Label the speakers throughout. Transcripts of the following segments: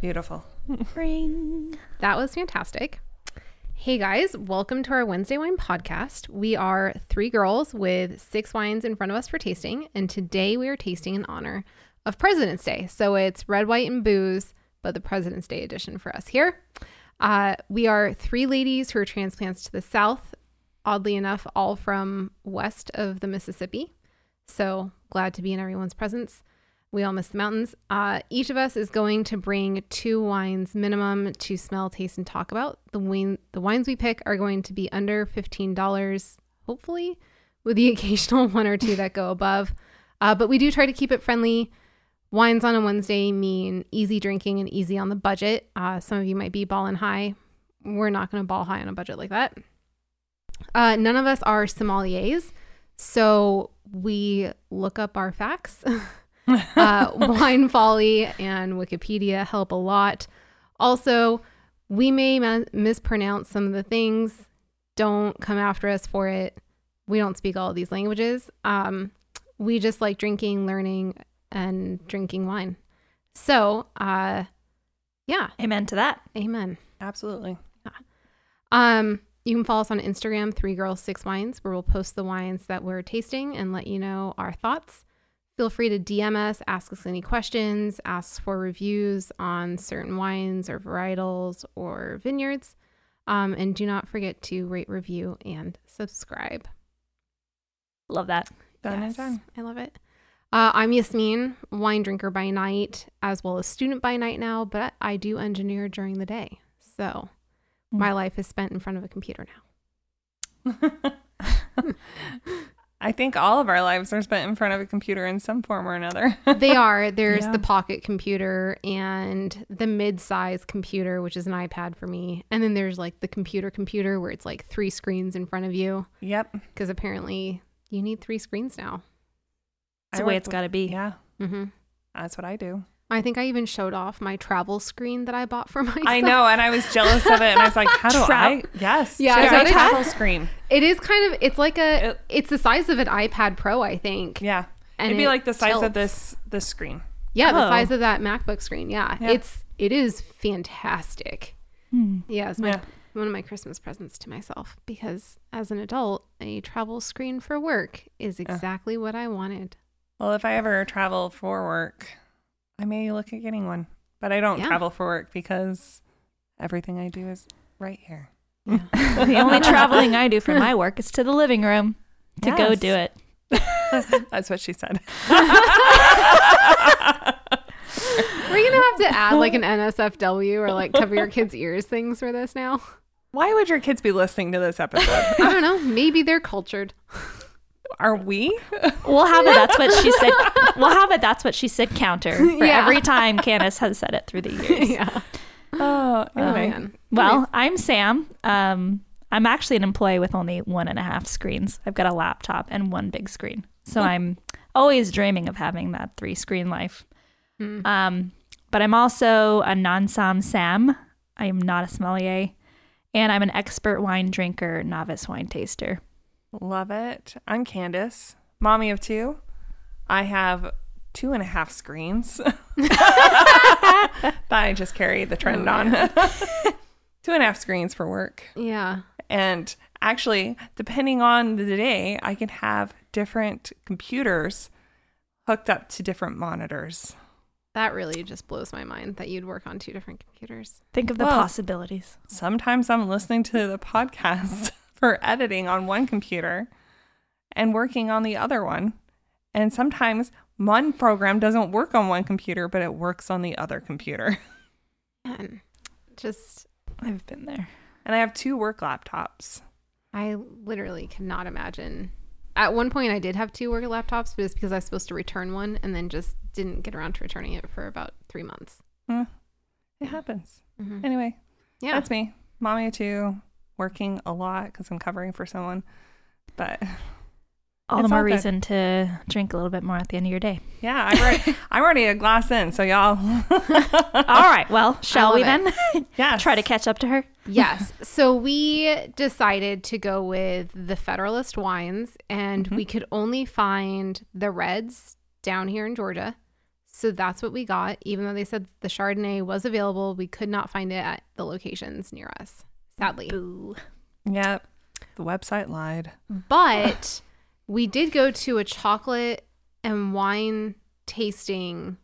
Speaker 1: Beautiful.
Speaker 2: Ring.
Speaker 3: That was fantastic. Hey guys, welcome to our Wednesday Wine Podcast. We are three girls with six wines in front of us for tasting, and today we are tasting in honor of President's Day. So it's red, white, and booze, but the President's Day edition for us here. Uh, we are three ladies who are transplants to the South, oddly enough, all from west of the Mississippi. So glad to be in everyone's presence. We all miss the mountains. Uh, each of us is going to bring two wines minimum to smell, taste, and talk about. The wine, the wines we pick are going to be under fifteen dollars, hopefully, with the occasional one or two that go above. Uh, but we do try to keep it friendly. Wines on a Wednesday mean easy drinking and easy on the budget. Uh, some of you might be balling high. We're not going to ball high on a budget like that. Uh, none of us are sommeliers, so we look up our facts. uh, Wine Folly and Wikipedia help a lot. Also, we may ma- mispronounce some of the things. Don't come after us for it. We don't speak all of these languages. Um, we just like drinking, learning, and drinking wine. So, uh, yeah,
Speaker 2: Amen to that.
Speaker 3: amen.
Speaker 1: Absolutely.
Speaker 3: Um, you can follow us on Instagram, Three Girls Six Wines, where we'll post the wines that we're tasting and let you know our thoughts. Feel free to DM us, ask us any questions, ask for reviews on certain wines or varietals or vineyards. Um, and do not forget to rate, review, and subscribe.
Speaker 2: Love that.
Speaker 1: Done
Speaker 3: Yes,
Speaker 1: and done.
Speaker 3: I love it. Uh, I'm Yasmin, wine drinker by night, as well as student by night now, but I do engineer during the day. So
Speaker 1: Mm.
Speaker 3: my life is spent in front of a computer now.
Speaker 1: I think all of our lives are spent in front of a computer in some form or another.
Speaker 3: they are. There's
Speaker 1: Yeah.
Speaker 3: the pocket computer and the mid-size computer, which is an iPad for me. And then there's like the computer computer where it's like three screens in front of you
Speaker 1: yep.
Speaker 3: because apparently you need three screens now.
Speaker 2: It's the
Speaker 1: I
Speaker 2: way
Speaker 1: work
Speaker 2: it's got to be.
Speaker 1: with- Yeah.
Speaker 3: hmm
Speaker 1: That's what I do.
Speaker 3: I think I even showed off my travel screen that I bought for myself.
Speaker 1: I know. And I was jealous of it. And I was like, how do
Speaker 2: Trap.
Speaker 1: I? Yes.
Speaker 3: Yeah,
Speaker 1: Should
Speaker 3: I
Speaker 1: I
Speaker 3: think-
Speaker 1: travel screen?
Speaker 3: It is kind of. It's like a.
Speaker 1: It-
Speaker 3: it's the size of an iPad Pro, I think.
Speaker 1: Yeah.
Speaker 3: And
Speaker 1: It'd be
Speaker 3: it
Speaker 1: like the size of
Speaker 3: tilts.
Speaker 1: this this screen.
Speaker 3: Yeah, the
Speaker 2: Oh.
Speaker 3: size of that MacBook screen. Yeah,
Speaker 1: Yeah.
Speaker 3: it's it is fantastic. Yeah, it's my
Speaker 1: Yeah.
Speaker 3: one of my Christmas presents to myself because as an adult, a travel screen for work is exactly what I wanted.
Speaker 1: Well, if I ever travel for work, I may look at getting one. But I don't
Speaker 3: Yeah.
Speaker 1: travel for work because everything I do is right here.
Speaker 2: the only traveling I do for my work is to the living room to go
Speaker 1: Yes.
Speaker 2: do it.
Speaker 1: That's what she said.
Speaker 3: We're gonna have to add like an NSFW or like cover your kids' ears things for this now.
Speaker 1: Why would your kids be listening to this episode?
Speaker 3: I don't know. Maybe they're cultured.
Speaker 1: Are we?
Speaker 2: We'll have a that's what she said. We'll have a that's what she said counter for
Speaker 3: Yeah.
Speaker 2: every time Candace has said it through the years.
Speaker 3: yeah.
Speaker 1: Oh,
Speaker 3: Oh,
Speaker 1: anyway.
Speaker 3: man.
Speaker 2: Well, I'm Sam. Um, I'm actually an employee with only one and a half screens. I've got a laptop and one big screen. So
Speaker 3: Hmm.
Speaker 2: I'm always dreaming of having that three screen life.
Speaker 3: Hmm.
Speaker 2: Um, but I'm also a non som Sam. I am not a sommelier. And I'm an expert wine drinker, novice wine taster.
Speaker 1: Love it. I'm Candace, mommy of two. I have two and a half screens that I just carry the trend on. two and a half screens for work.
Speaker 3: yeah.
Speaker 1: And actually, depending on the day, I can have different computers hooked up to different monitors.
Speaker 3: That really just blows my mind that you'd work on two different computers.
Speaker 2: Think of the
Speaker 1: Well-
Speaker 2: possibilities.
Speaker 1: Sometimes I'm listening to the podcast for editing on one computer and working on the other one. And sometimes one program doesn't work on one computer, but it works on the other computer.
Speaker 3: Man, just
Speaker 2: I've been there.
Speaker 1: And I have two work laptops.
Speaker 3: I literally cannot imagine. At one point, I did have two work laptops, but it's because I was supposed to return one and then just didn't get around to returning it for about three months.
Speaker 1: Hmm. It happens.
Speaker 2: Mm-hmm.
Speaker 3: Mhm.
Speaker 1: Anyway,
Speaker 3: Yeah,
Speaker 1: that's me, mommy of two, working a lot because I'm covering for someone. But
Speaker 2: All
Speaker 1: It's
Speaker 2: the more
Speaker 1: all good.
Speaker 2: reason to drink a little bit more at the end of your day.
Speaker 1: yeah, I'm already, I'm already a glass in. So y'all,
Speaker 2: All right. Well, shall we
Speaker 3: love
Speaker 2: then
Speaker 1: yeah,
Speaker 2: try to catch up to her?
Speaker 3: yes. So we decided to go with the Federalist wines, and we could only find the reds down here in Georgia. So that's what we got. Even though they said the Chardonnay was available, we could not find it at the locations near us, sadly.
Speaker 2: Boo.
Speaker 1: Yep. The website lied.
Speaker 3: But we did go to a chocolate and wine tasting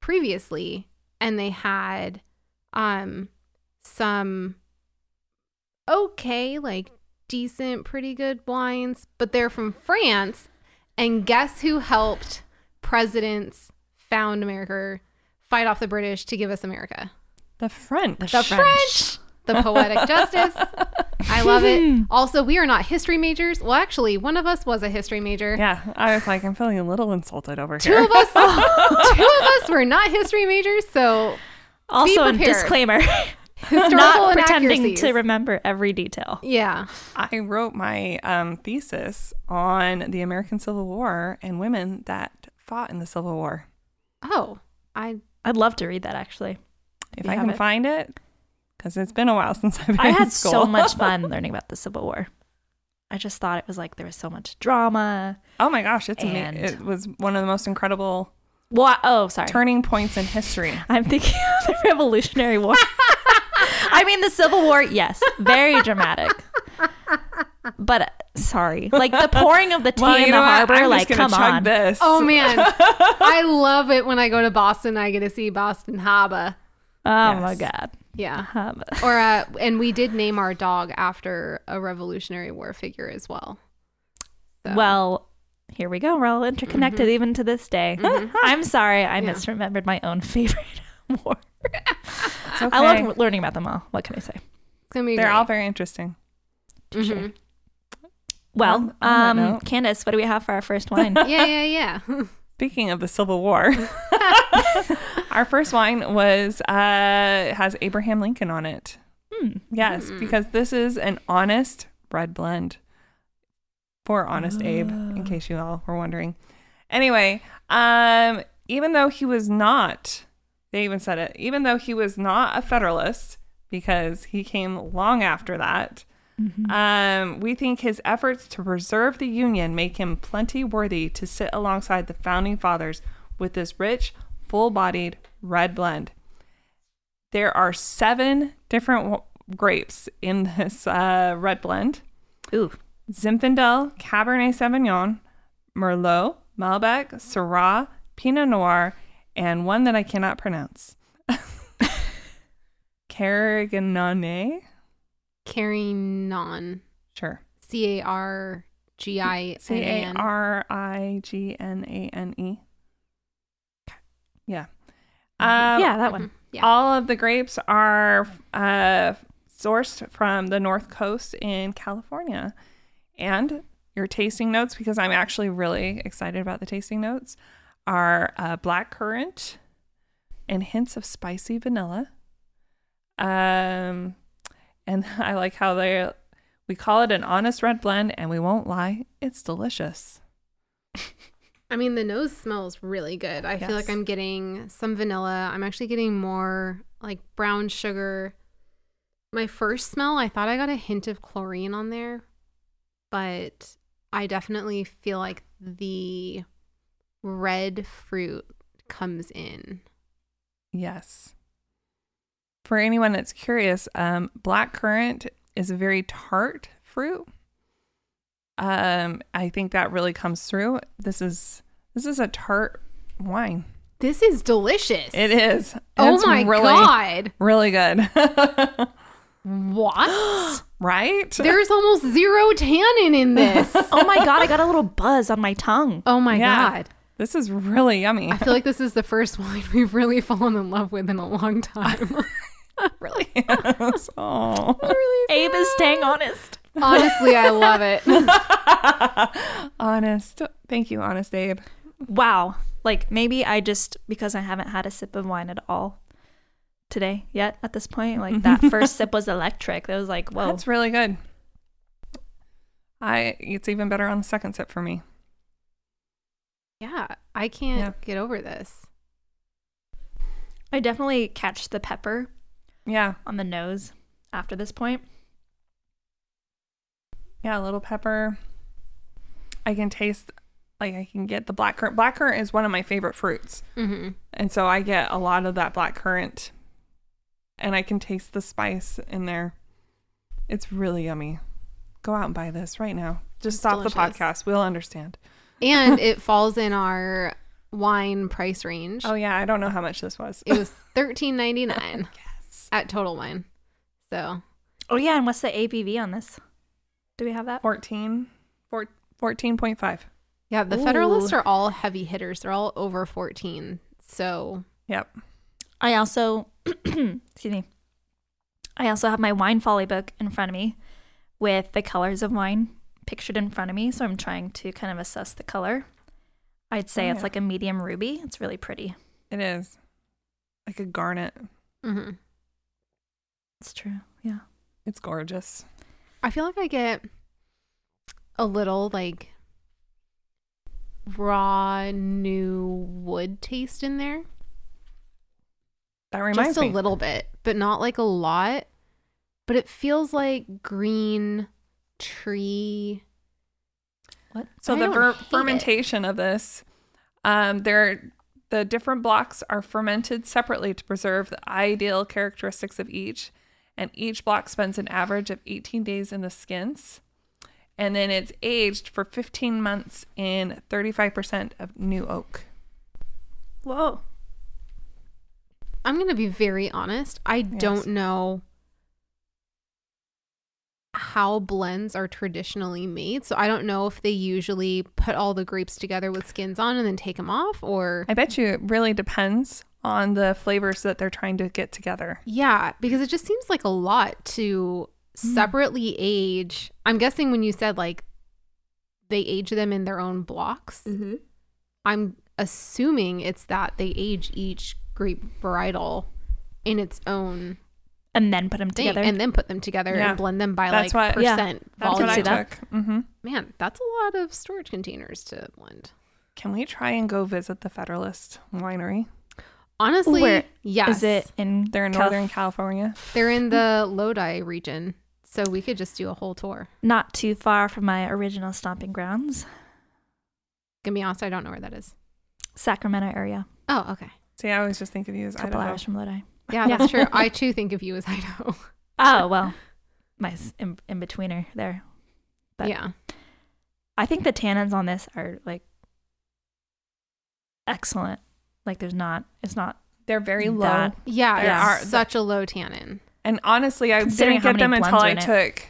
Speaker 3: previously, and they had um some okay, like decent, pretty good wines, but they're from France. And guess who helped presidents found America, fight off the British to give us America?
Speaker 1: The French.
Speaker 3: The French. The poetic justice. I love it. Also, we are not history majors. Well, actually, one of us was a history major.
Speaker 1: Yeah. I was like, I'm feeling a little insulted over
Speaker 3: Two
Speaker 1: here.
Speaker 3: of us, two of us were not history majors, so
Speaker 2: Also, a
Speaker 3: prepared.
Speaker 2: disclaimer
Speaker 3: historical
Speaker 2: not pretending to
Speaker 3: inaccuracies.
Speaker 2: remember every detail.
Speaker 3: yeah,
Speaker 1: I wrote my um, thesis on the American Civil War and women that fought in the Civil War.
Speaker 3: oh, I
Speaker 2: I'd love to read that actually.
Speaker 1: If
Speaker 2: You
Speaker 1: I
Speaker 2: have
Speaker 1: can
Speaker 2: it?
Speaker 1: find it, because it's been a while since I've been
Speaker 2: I
Speaker 1: in
Speaker 2: had
Speaker 1: school.
Speaker 2: so much fun learning about the Civil War. I just thought it was like there was so much drama.
Speaker 1: Oh my gosh, it's
Speaker 2: And-
Speaker 1: amazing. It was one of the most incredible
Speaker 2: What? Oh, sorry.
Speaker 1: turning points in history.
Speaker 2: I'm thinking of the Revolutionary War. I mean, the Civil War, yes, very dramatic. But uh, sorry, like the pouring of the tea in the harbor,
Speaker 1: I'm
Speaker 2: like
Speaker 1: just gonna
Speaker 2: come
Speaker 1: chug
Speaker 2: on.
Speaker 1: this.
Speaker 3: oh man, I love it when I go to Boston. I get to see Boston Harbor.
Speaker 2: Oh my
Speaker 1: Yes.
Speaker 2: god.
Speaker 3: Yeah,
Speaker 2: Um,
Speaker 3: or uh, and we did name our dog after a Revolutionary War figure as well. So-
Speaker 2: Well, here we go. We're all interconnected even to this day. I'm sorry, I
Speaker 3: Yeah.
Speaker 2: misremembered my own favorite war.
Speaker 1: It's okay.
Speaker 2: I love learning about them all. What can I say?
Speaker 3: it's gonna be
Speaker 1: They're
Speaker 3: great.
Speaker 1: all very interesting.
Speaker 3: Mhm.
Speaker 2: Well,
Speaker 1: On- on that
Speaker 2: um,
Speaker 1: note.
Speaker 2: Candace, what do we have for our first wine?
Speaker 3: Yeah, yeah, yeah.
Speaker 1: Speaking of the Civil War, our first wine was uh, has Abraham Lincoln on it.
Speaker 2: Hmm.
Speaker 1: Yes, because this is an honest red blend for Honest Abe, in
Speaker 2: Ah.
Speaker 1: case you all were wondering. Anyway, um, even though he was not, they even said it, even though he was not a Federalist, because he came long after that, um, we think his efforts to preserve the Union make him plenty worthy to sit alongside the founding fathers with this rich, full bodied red blend there are seven different w- grapes in this uh, red blend
Speaker 2: Ooh,
Speaker 1: Zinfandel, Cabernet Sauvignon, Merlot, Malbec, Syrah, Pinot Noir, and one that I cannot pronounce. Carignan?
Speaker 3: Carrying on.
Speaker 1: Sure.
Speaker 3: C A R G I
Speaker 1: C
Speaker 3: N A
Speaker 1: A
Speaker 3: N. E.
Speaker 1: R I G N A N E. Yeah. Um,
Speaker 2: yeah, that one.
Speaker 3: Mm-hmm. Yeah.
Speaker 1: All of the grapes are uh, sourced from the North Coast in California. And your tasting notes, because I'm actually really excited about the tasting notes, are uh, black currant and hints of spicy vanilla. Um, and I like how they we call it an honest red blend, and we won't lie, it's delicious.
Speaker 3: I mean, the nose smells really good. I feel like
Speaker 1: Yes.
Speaker 3: I'm getting some vanilla. I'm actually getting more like brown sugar. My first smell, I thought I got a hint of chlorine on there, but I definitely feel like the red fruit comes in.
Speaker 1: Yes. For anyone that's curious, um, black currant is a very tart fruit. Um, I think that really comes through. This is this is a tart wine.
Speaker 3: This is delicious.
Speaker 1: It is.
Speaker 3: Oh
Speaker 1: It's
Speaker 3: my
Speaker 1: really,
Speaker 3: god.
Speaker 1: Really good.
Speaker 3: What?
Speaker 1: right?
Speaker 3: There's almost zero tannin in this.
Speaker 2: Oh my god, I got a little buzz on my tongue.
Speaker 3: Oh my
Speaker 1: Yeah.
Speaker 3: god.
Speaker 1: this is really yummy.
Speaker 3: I feel like this is the first wine we've really fallen in love with in a long time.
Speaker 1: really is. Oh.
Speaker 2: Abe is staying honest.
Speaker 3: Honestly, I love it.
Speaker 1: Honest. Thank you, honest Abe.
Speaker 2: Wow. Like maybe I just because I haven't had a sip of wine at all today yet at this point, like that first sip was electric. That was like, whoa.
Speaker 1: That's really good. I it's even better on the second sip for me.
Speaker 3: Yeah, I can't
Speaker 1: Yeah.
Speaker 3: get over this.
Speaker 2: I definitely catch the pepper
Speaker 1: Yeah.
Speaker 2: on the nose after this point.
Speaker 1: Yeah, a little pepper. I can taste like I can get the black currant. Black currant is one of my favorite fruits,
Speaker 3: Mm-hmm.
Speaker 1: and so I get a lot of that black currant, and I can taste the spice in there. It's really yummy. Go out and buy this right now. Just stop the
Speaker 3: delicious.
Speaker 1: podcast. We'll understand.
Speaker 3: And it falls in our wine price range.
Speaker 1: Oh yeah, I don't know how much this was.
Speaker 3: It was thirteen ninety nine at Total Wine. So
Speaker 2: Oh yeah, and what's the ABV on this? Do we have that?
Speaker 1: 14 four- 14.5.
Speaker 3: yeah, the
Speaker 2: Ooh.
Speaker 3: Federalists are all heavy hitters. They're all over fourteen. So
Speaker 1: Yep.
Speaker 2: I also excuse me. I also have my wine folly book in front of me with the colors of wine pictured in front of me, so I'm trying to kind of assess the color. I'd say
Speaker 1: Oh,
Speaker 2: it's
Speaker 1: yeah.
Speaker 2: like a medium ruby. It's really pretty.
Speaker 1: It is like a garnet. Mm-hmm.
Speaker 3: hmm
Speaker 2: It's true. Yeah.
Speaker 1: It's gorgeous.
Speaker 3: I feel like I get a little like raw new wood taste in there.
Speaker 1: That reminds
Speaker 3: just a
Speaker 1: me.
Speaker 3: little bit, but not like a lot. But it feels like green tree.
Speaker 2: What?
Speaker 1: So
Speaker 3: I
Speaker 1: the
Speaker 3: don't
Speaker 1: ver-
Speaker 3: hate it.
Speaker 1: fermentation of this, um, there the different blocks are fermented separately to preserve the ideal characteristics of each, and each block spends an average of 18 days in the skins, and then it's aged for 15 months in 35% of new oak.
Speaker 2: Whoa.
Speaker 3: I'm going to be very honest. I
Speaker 1: Yes.
Speaker 3: don't know how blends are traditionally made. So I don't know if they usually put all the grapes together with skins on and then take them off or
Speaker 1: I bet you it really depends on the flavors that they're trying to get together.
Speaker 3: Yeah, because it just seems like a lot to
Speaker 2: Hmm.
Speaker 3: separately age. I'm guessing when you said like they age them in their own blocks,
Speaker 2: Mm-hmm.
Speaker 3: I'm assuming it's that they age each grape varietal in its own
Speaker 2: And then put them
Speaker 3: thing
Speaker 2: together.
Speaker 3: and then put them together
Speaker 1: Yeah.
Speaker 3: and blend them by
Speaker 1: That's
Speaker 3: like
Speaker 1: what-
Speaker 2: yeah,
Speaker 3: percent
Speaker 2: that's
Speaker 1: That's
Speaker 2: can
Speaker 1: what
Speaker 3: volume.
Speaker 1: I
Speaker 2: see that.
Speaker 1: took. hmm
Speaker 3: Man, that's a lot of storage containers to blend.
Speaker 1: Can we try and go visit the Federalist Winery?
Speaker 3: Honestly,
Speaker 2: Where
Speaker 3: yes.
Speaker 2: Is it in
Speaker 1: They're in
Speaker 2: Cal-
Speaker 1: Northern California.
Speaker 3: They're in the Lodi region, so we could just do a whole tour.
Speaker 2: not too far from my original stomping grounds,
Speaker 3: Gonna be honest, I don't know where that is.
Speaker 2: Sacramento area,
Speaker 3: Oh, okay.
Speaker 1: See, I always just think of you as
Speaker 2: a couple
Speaker 1: Idaho.
Speaker 2: hours from Lodi.
Speaker 3: Yeah,
Speaker 2: Yeah.
Speaker 3: that's true. I too think of you as Idaho.
Speaker 2: Oh well, my s- in, in betweener there. But-
Speaker 3: yeah.
Speaker 2: I think the tannins on this are like excellent. Like there's not, it's not
Speaker 1: They're very low.
Speaker 2: that-
Speaker 3: Yeah,
Speaker 1: Yeah.
Speaker 3: it's such a low tannin.
Speaker 1: And honestly, I
Speaker 2: Considering
Speaker 1: didn't
Speaker 2: how
Speaker 1: get
Speaker 2: many
Speaker 1: them until
Speaker 2: blends are
Speaker 1: I
Speaker 2: in it.
Speaker 1: took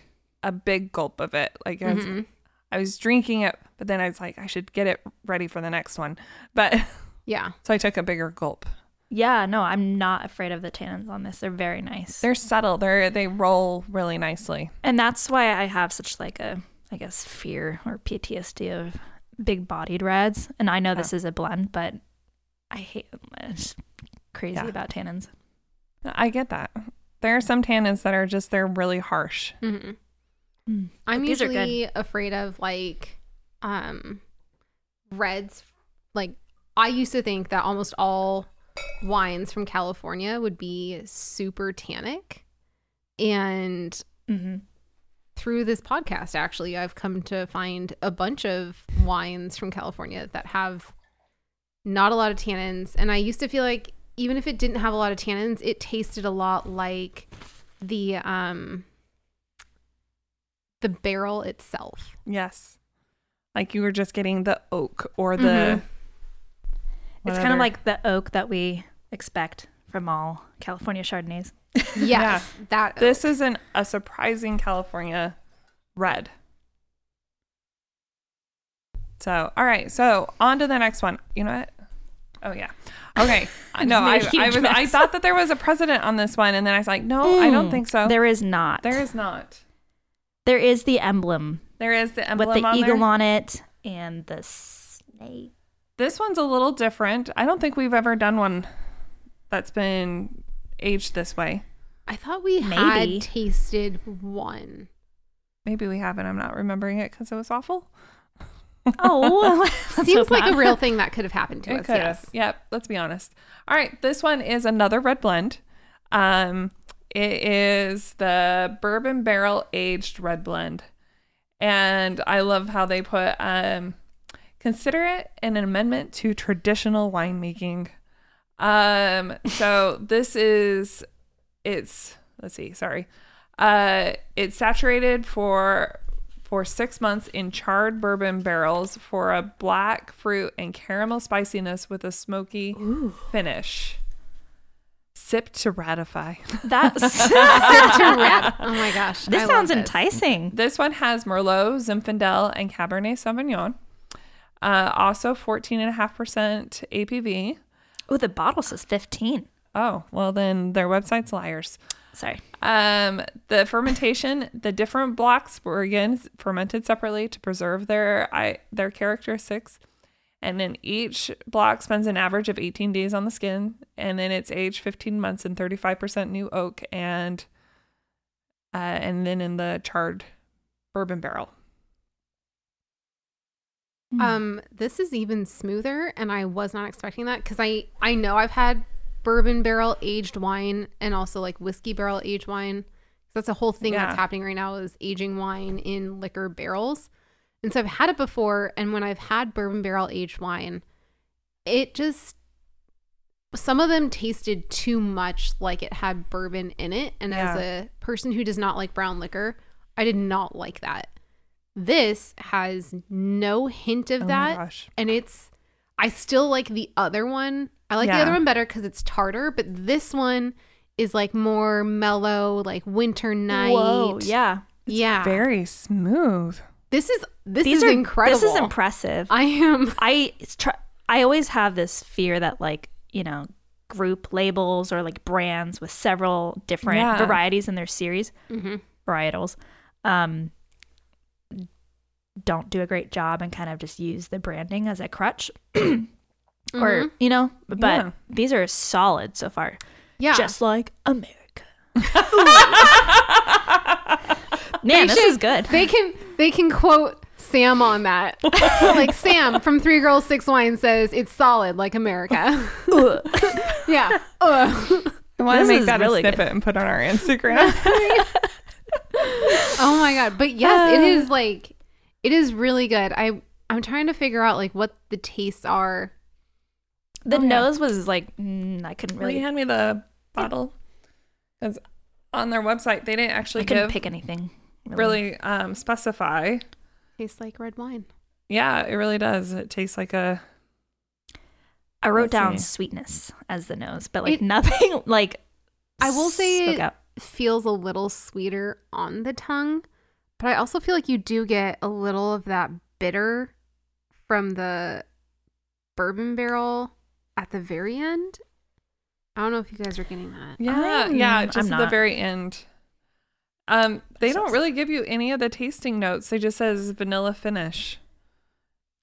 Speaker 1: a big gulp of it. Like I was,
Speaker 3: Mhm.
Speaker 1: I was drinking it, but then I was like, I should get it ready for the next one. But
Speaker 3: Yeah.
Speaker 1: so I took a bigger gulp.
Speaker 2: Yeah, no, I'm not afraid of the tannins on this. They're very nice,
Speaker 1: They're subtle. They they roll really nicely.
Speaker 2: and that's why I have such like a, I guess, fear or PTSD of big-bodied reds. And I know this is a blend, but I hate them. I'm just crazy
Speaker 1: Yeah.
Speaker 2: about tannins.
Speaker 1: I get that. There are some tannins that are just they're really harsh.
Speaker 3: hmm
Speaker 2: Mm.
Speaker 3: I'm
Speaker 2: But these are good.
Speaker 3: usually afraid of like um reds. Like I used to think that almost all wines from California would be super tannic. And
Speaker 2: Mm-hmm.
Speaker 3: through this podcast actually, I've come to find a bunch of wines from California that have not a lot of tannins. And I used to feel like even if it didn't have a lot of tannins, it tasted a lot like the um the barrel itself.
Speaker 1: Yes, like you were just getting the oak or the.
Speaker 3: Mhm.
Speaker 1: what
Speaker 2: It's kind
Speaker 1: other-
Speaker 2: of like the oak that we expect from all California Chardonnays.
Speaker 3: Yes.
Speaker 2: Oh.
Speaker 3: That
Speaker 1: this is an a surprising California red. So, all right. So, on to the next one. You know what? Oh yeah. Okay. no, I,
Speaker 2: made you
Speaker 1: I was. I
Speaker 2: dress.
Speaker 1: thought that there was a president on this one, and then I was like, no, I don't
Speaker 2: Mm.
Speaker 1: think so.
Speaker 2: There is not.
Speaker 1: there is not.
Speaker 2: There is the emblem
Speaker 1: There is the emblem
Speaker 2: with the
Speaker 1: on
Speaker 2: eagle
Speaker 1: there.
Speaker 2: on it and the snake.
Speaker 1: This one's a little different. I don't think we've ever done one that's been aged this way.
Speaker 3: I thought we
Speaker 2: Maybe.
Speaker 3: had tasted one.
Speaker 1: Maybe we haven't. I'm not remembering it because it was awful.
Speaker 2: Oh, let's
Speaker 3: Seems
Speaker 2: hope
Speaker 3: like a
Speaker 2: not.
Speaker 3: real thing that could have happened to
Speaker 1: It
Speaker 3: us.
Speaker 1: could
Speaker 3: Yes.
Speaker 1: have. Yep. Let's be honest. All right. This one is another red blend. Um, it is the bourbon barrel aged red blend, and I love how they put um, Consider it an amendment to traditional winemaking. Um, so this is it's let's see, sorry. Uh it's saturated for for six months in charred bourbon barrels for a black fruit and caramel spiciness with a smoky finish. Sip to ratify.
Speaker 2: That's
Speaker 3: To wrap- oh my gosh.
Speaker 2: this
Speaker 3: I love
Speaker 2: sounds enticing.
Speaker 1: This one has Merlot, Zinfandel, and Cabernet Sauvignon. Uh, also 14.5% APV.
Speaker 2: Oh, the bottle says fifteen.
Speaker 1: Oh, well, then their website's liars.
Speaker 2: Sorry.
Speaker 1: Um, the fermentation, the different blocks were again fermented separately to preserve their I, their characteristics. And then each block spends an average of 18 days on the skin, and then it's aged 15 months in 35% new oak, and uh, and then in the charred bourbon barrel. Mm.
Speaker 3: Um, this is even smoother, and I was not expecting that because I I know I've had bourbon barrel aged wine and also like whiskey barrel aged wine. That's a whole thing
Speaker 1: Yeah.
Speaker 3: that's happening right now is aging wine in liquor barrels, and so I've had it before. And when I've had bourbon barrel aged wine, it just some of them tasted too much like it had bourbon in it. And as
Speaker 1: Yeah.
Speaker 3: a person who does not like brown liquor, I did not like that. This has no hint of
Speaker 1: Oh my
Speaker 3: that
Speaker 1: gosh.
Speaker 3: and it's I still like the other one. I like the
Speaker 1: Yeah.
Speaker 3: other one better because it's tartar, but this one is like more mellow, like winter night.
Speaker 2: Whoa. Yeah.
Speaker 3: yeah.
Speaker 1: Very smooth.
Speaker 3: this is this
Speaker 2: These
Speaker 3: is
Speaker 2: are
Speaker 3: incredible.
Speaker 2: This is impressive.
Speaker 3: I am.
Speaker 2: I it's tr- I always have this fear that like you know group labels or like brands with several different
Speaker 1: Yeah.
Speaker 2: varieties in their series varietals um, don't do a great job and kind of just use the branding as a crutch
Speaker 3: Mm-hmm.
Speaker 2: or you know but
Speaker 1: Yeah.
Speaker 2: these are solid so far
Speaker 3: Yeah,
Speaker 2: just like America. Man, this is
Speaker 3: should-
Speaker 2: good.
Speaker 3: they can they can quote Sam on that. like Sam from Three Girls Six Wine says, "It's solid like America." Oh, yeah. Ugh.
Speaker 1: I want to
Speaker 2: This
Speaker 1: make
Speaker 2: is
Speaker 1: that
Speaker 2: really
Speaker 1: a
Speaker 2: good.
Speaker 1: snippet and put on our Instagram.
Speaker 3: Oh my god! But yes, it is like it is really good. I I'm trying to figure out like what the tastes are.
Speaker 2: The nose was like mm, I couldn't
Speaker 1: Will you
Speaker 2: really
Speaker 1: hand me the bottle? Because on their website, they didn't
Speaker 2: I
Speaker 1: actually
Speaker 2: couldn't
Speaker 1: give
Speaker 2: pick anything.
Speaker 1: really um, specify.
Speaker 3: Tastes like red wine.
Speaker 1: Yeah, it really does. It tastes like a
Speaker 2: I wrote
Speaker 1: Let's
Speaker 2: down
Speaker 1: see.
Speaker 2: sweetness as the nose, but like
Speaker 3: It-
Speaker 2: nothing like
Speaker 3: I will say
Speaker 2: spoke
Speaker 3: it
Speaker 2: out.
Speaker 3: feels a little sweeter on the tongue, but I also feel like you do get a little of that bitter from the bourbon barrel at the very end. I don't know if you guys are getting that.
Speaker 1: yeah,
Speaker 2: I'm-
Speaker 1: yeah,
Speaker 2: I'm
Speaker 1: just at the
Speaker 2: not.
Speaker 1: very end. Um, they
Speaker 2: So-
Speaker 1: don't really give you any of the tasting notes. They just says vanilla finish.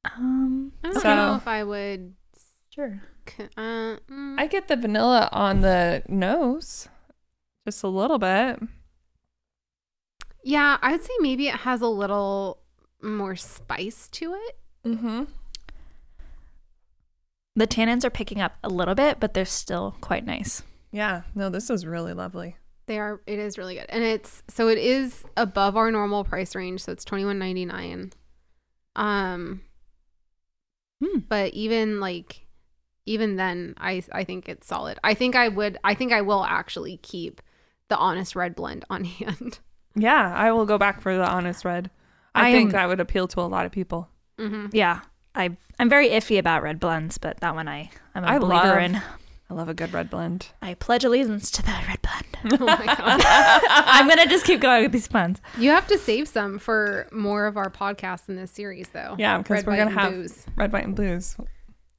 Speaker 2: um
Speaker 3: I don't
Speaker 1: So-
Speaker 3: know if I would.
Speaker 2: sure.
Speaker 3: c- Uh, mm.
Speaker 1: I get the vanilla on the nose, just a little bit.
Speaker 3: yeah, I would say maybe it has a little more spice to it.
Speaker 1: Mm-hmm.
Speaker 2: The tannins are picking up a little bit, but they're still quite nice.
Speaker 1: Yeah, no, this is really lovely.
Speaker 3: They are. It is really good, and it's so it is above our normal price range. So it's twenty one ninety nine. Um,
Speaker 2: Hmm.
Speaker 3: but even like, even then, I I think it's solid. I think I would. I think I will actually keep the honest red blend on hand.
Speaker 1: Yeah, I will go back for the honest red. I,
Speaker 2: I
Speaker 1: think
Speaker 2: am-
Speaker 1: that would appeal to a lot of people.
Speaker 3: Mm-hmm.
Speaker 2: Yeah. I I'm very iffy about red blends, but that one I I'm a
Speaker 1: I
Speaker 2: believer
Speaker 1: love-
Speaker 2: in.
Speaker 1: I love a good red blend.
Speaker 2: I pledge allegiance to the red blend.
Speaker 3: Oh my god!
Speaker 2: I'm gonna just keep going with these puns.
Speaker 3: you have to save some for more of our podcasts in this series, though.
Speaker 1: Yeah, because
Speaker 3: Red,
Speaker 1: we're
Speaker 3: white,
Speaker 1: gonna
Speaker 3: and
Speaker 1: have
Speaker 3: booze.
Speaker 1: red, white, and blues.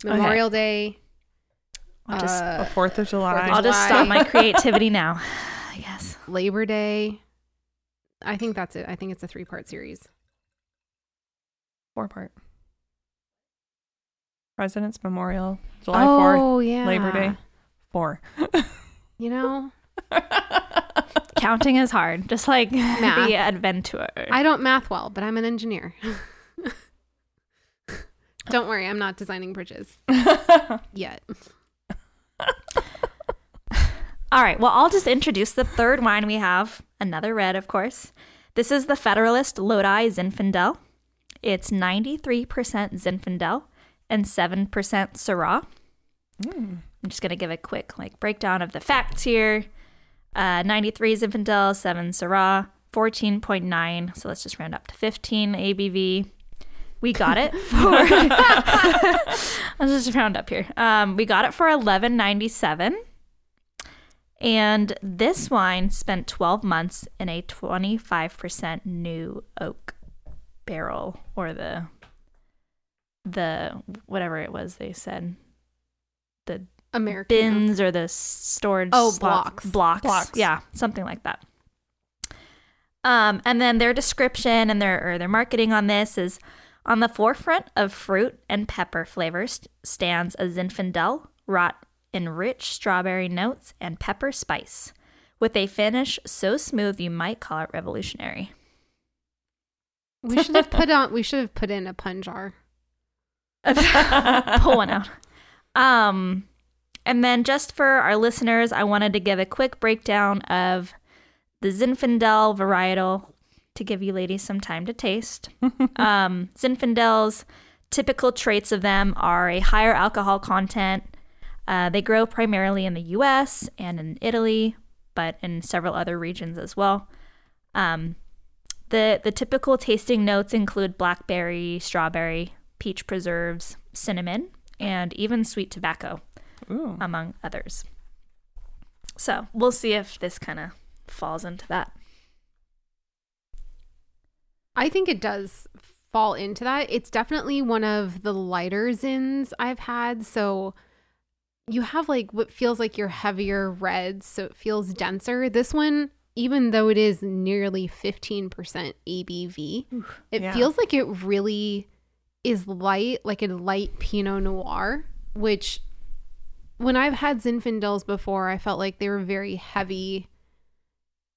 Speaker 2: Okay.
Speaker 3: Memorial Day.
Speaker 2: I'll just
Speaker 1: The
Speaker 3: uh,
Speaker 1: Fourth of July.
Speaker 2: I'll just
Speaker 3: July.
Speaker 2: stop my creativity now. I guess.
Speaker 3: Labor Day. I think that's it. I think it's a three part series.
Speaker 1: Four part. President's Memorial, July Fourth,
Speaker 3: Oh, yeah.
Speaker 1: Labor Day. Four.
Speaker 3: You know,
Speaker 2: Counting is hard, just like
Speaker 3: Math.
Speaker 2: the adventure.
Speaker 3: I don't math well, but I'm an engineer. don't worry, I'm not designing bridges yet.
Speaker 2: All right. Well, I'll just introduce the third wine we have. Another red, of course. This is the Federalist Lodi Zinfandel. It's 93% Zinfandel and 7% Syrah. I'm just going to give a quick like breakdown of the facts here. Uh, 93 Zinfandel, 7 Syrah, 14.9. So let's just round up to 15 ABV. We got it for let's just round up here. Um, we got it for 11.97. And this wine spent 12 months in a 25% new oak barrel or the the whatever it was they said the
Speaker 3: American.
Speaker 2: bins or the storage
Speaker 3: Oh,
Speaker 2: slot-
Speaker 3: blocks.
Speaker 2: blocks
Speaker 1: Blocks.
Speaker 2: yeah something like that um and then their description and their or their marketing on this is on the forefront of fruit and pepper flavors stands a zinfandel wrought in rich strawberry notes and pepper spice with a finish so smooth you might call it revolutionary
Speaker 3: We should have put on. We should have put in a pun jar.
Speaker 2: pull one out. Um, and then just for our listeners, I wanted to give a quick breakdown of the Zinfandel varietal to give you ladies some time to taste. um, Zinfandels, typical traits of them are a higher alcohol content. Uh, they grow primarily in the U.S. and in Italy, but in several other regions as well. Um, the the typical tasting notes include blackberry, strawberry, peach preserves, cinnamon, and even sweet tobacco,
Speaker 1: Ooh.
Speaker 2: among others. So we'll see if this kind of falls into that.
Speaker 3: I think it does fall into that. It's definitely one of the lighter zins I've had. So you have like what feels like your heavier reds, so it feels denser. This one, even though it is nearly 15% ABV, it
Speaker 1: yeah.
Speaker 3: feels like it really is light, like a light Pinot Noir, which when I've had Zinfandels before, I felt like they were very heavy,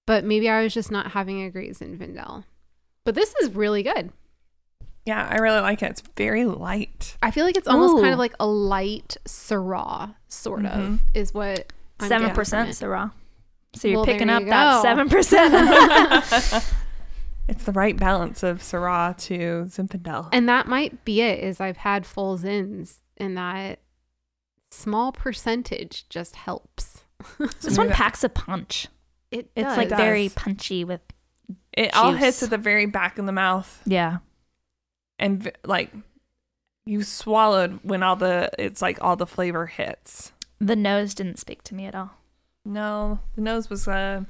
Speaker 3: but maybe I was just not having a great Zinfandel. But this is really good.
Speaker 1: Yeah, I really like it. It's very light.
Speaker 3: I feel like it's almost kind
Speaker 2: Ooh. Mm-hmm.
Speaker 3: of like a light Syrah, sort of,
Speaker 1: Mhm.
Speaker 3: is what I'm
Speaker 2: Seven
Speaker 3: getting from
Speaker 2: percent
Speaker 3: it.
Speaker 2: Syrah. So you're
Speaker 3: Well, there
Speaker 2: picking
Speaker 3: you
Speaker 2: up that
Speaker 3: go.
Speaker 2: seven percent.
Speaker 1: It's the right balance of Syrah to Zinfandel.
Speaker 3: And that might be it. Is I've had full zins, and that small percentage just helps.
Speaker 2: this one packs a punch.
Speaker 3: It
Speaker 2: It's
Speaker 3: does.
Speaker 2: like
Speaker 1: Does.
Speaker 2: very punchy with
Speaker 1: It all
Speaker 2: juice.
Speaker 1: hits at the very back of the mouth,
Speaker 2: yeah.
Speaker 1: and v- like you swallowed when all the it's like all the flavor hits.
Speaker 2: The nose didn't speak to me at all.
Speaker 1: No, the nose was uh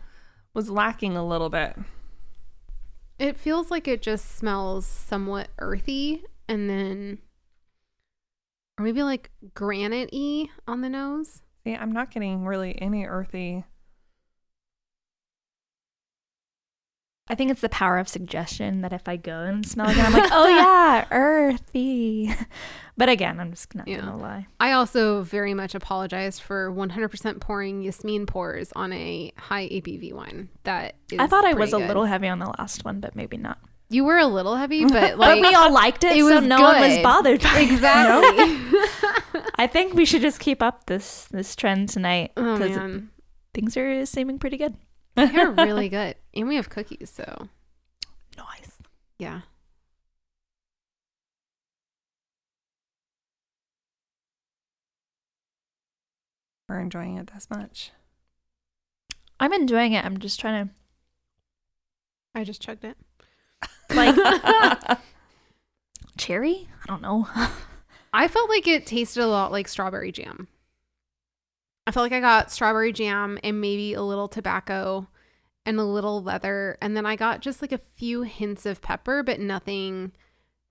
Speaker 1: was lacking a little bit.
Speaker 3: It feels like it just smells somewhat earthy and then or maybe like granite y on the nose.
Speaker 1: See, I'm not getting really any earthy.
Speaker 2: I think it's the power of suggestion that if I go and smell it, I'm like, oh yeah, earthy. But again, I'm just not
Speaker 3: Yeah.
Speaker 2: gonna lie.
Speaker 3: I also very much apologize for 100% pouring Yasmin pours on a high ABV wine. That is
Speaker 2: I thought I
Speaker 3: pretty
Speaker 2: was a
Speaker 3: good.
Speaker 2: little heavy on the last one, but maybe not.
Speaker 3: You were a little heavy, but like
Speaker 2: but we all liked it,
Speaker 3: it
Speaker 2: so
Speaker 3: was
Speaker 2: no one was
Speaker 3: good.
Speaker 2: bothered by it.
Speaker 3: exactly.
Speaker 2: I think we should just keep up this this trend tonight
Speaker 3: oh
Speaker 2: because
Speaker 3: man,
Speaker 2: things are seeming pretty good.
Speaker 3: they're really good, and we have cookies, so
Speaker 2: Nice.
Speaker 3: yeah.
Speaker 1: We're enjoying it this much.
Speaker 2: I'm enjoying it. I'm just trying
Speaker 3: I just chugged it.
Speaker 2: to like cherry. I don't know.
Speaker 3: I felt like it tasted a lot like strawberry jam. I felt like I got strawberry jam and maybe a little tobacco and a little leather. And then I got just like a few hints of pepper, but nothing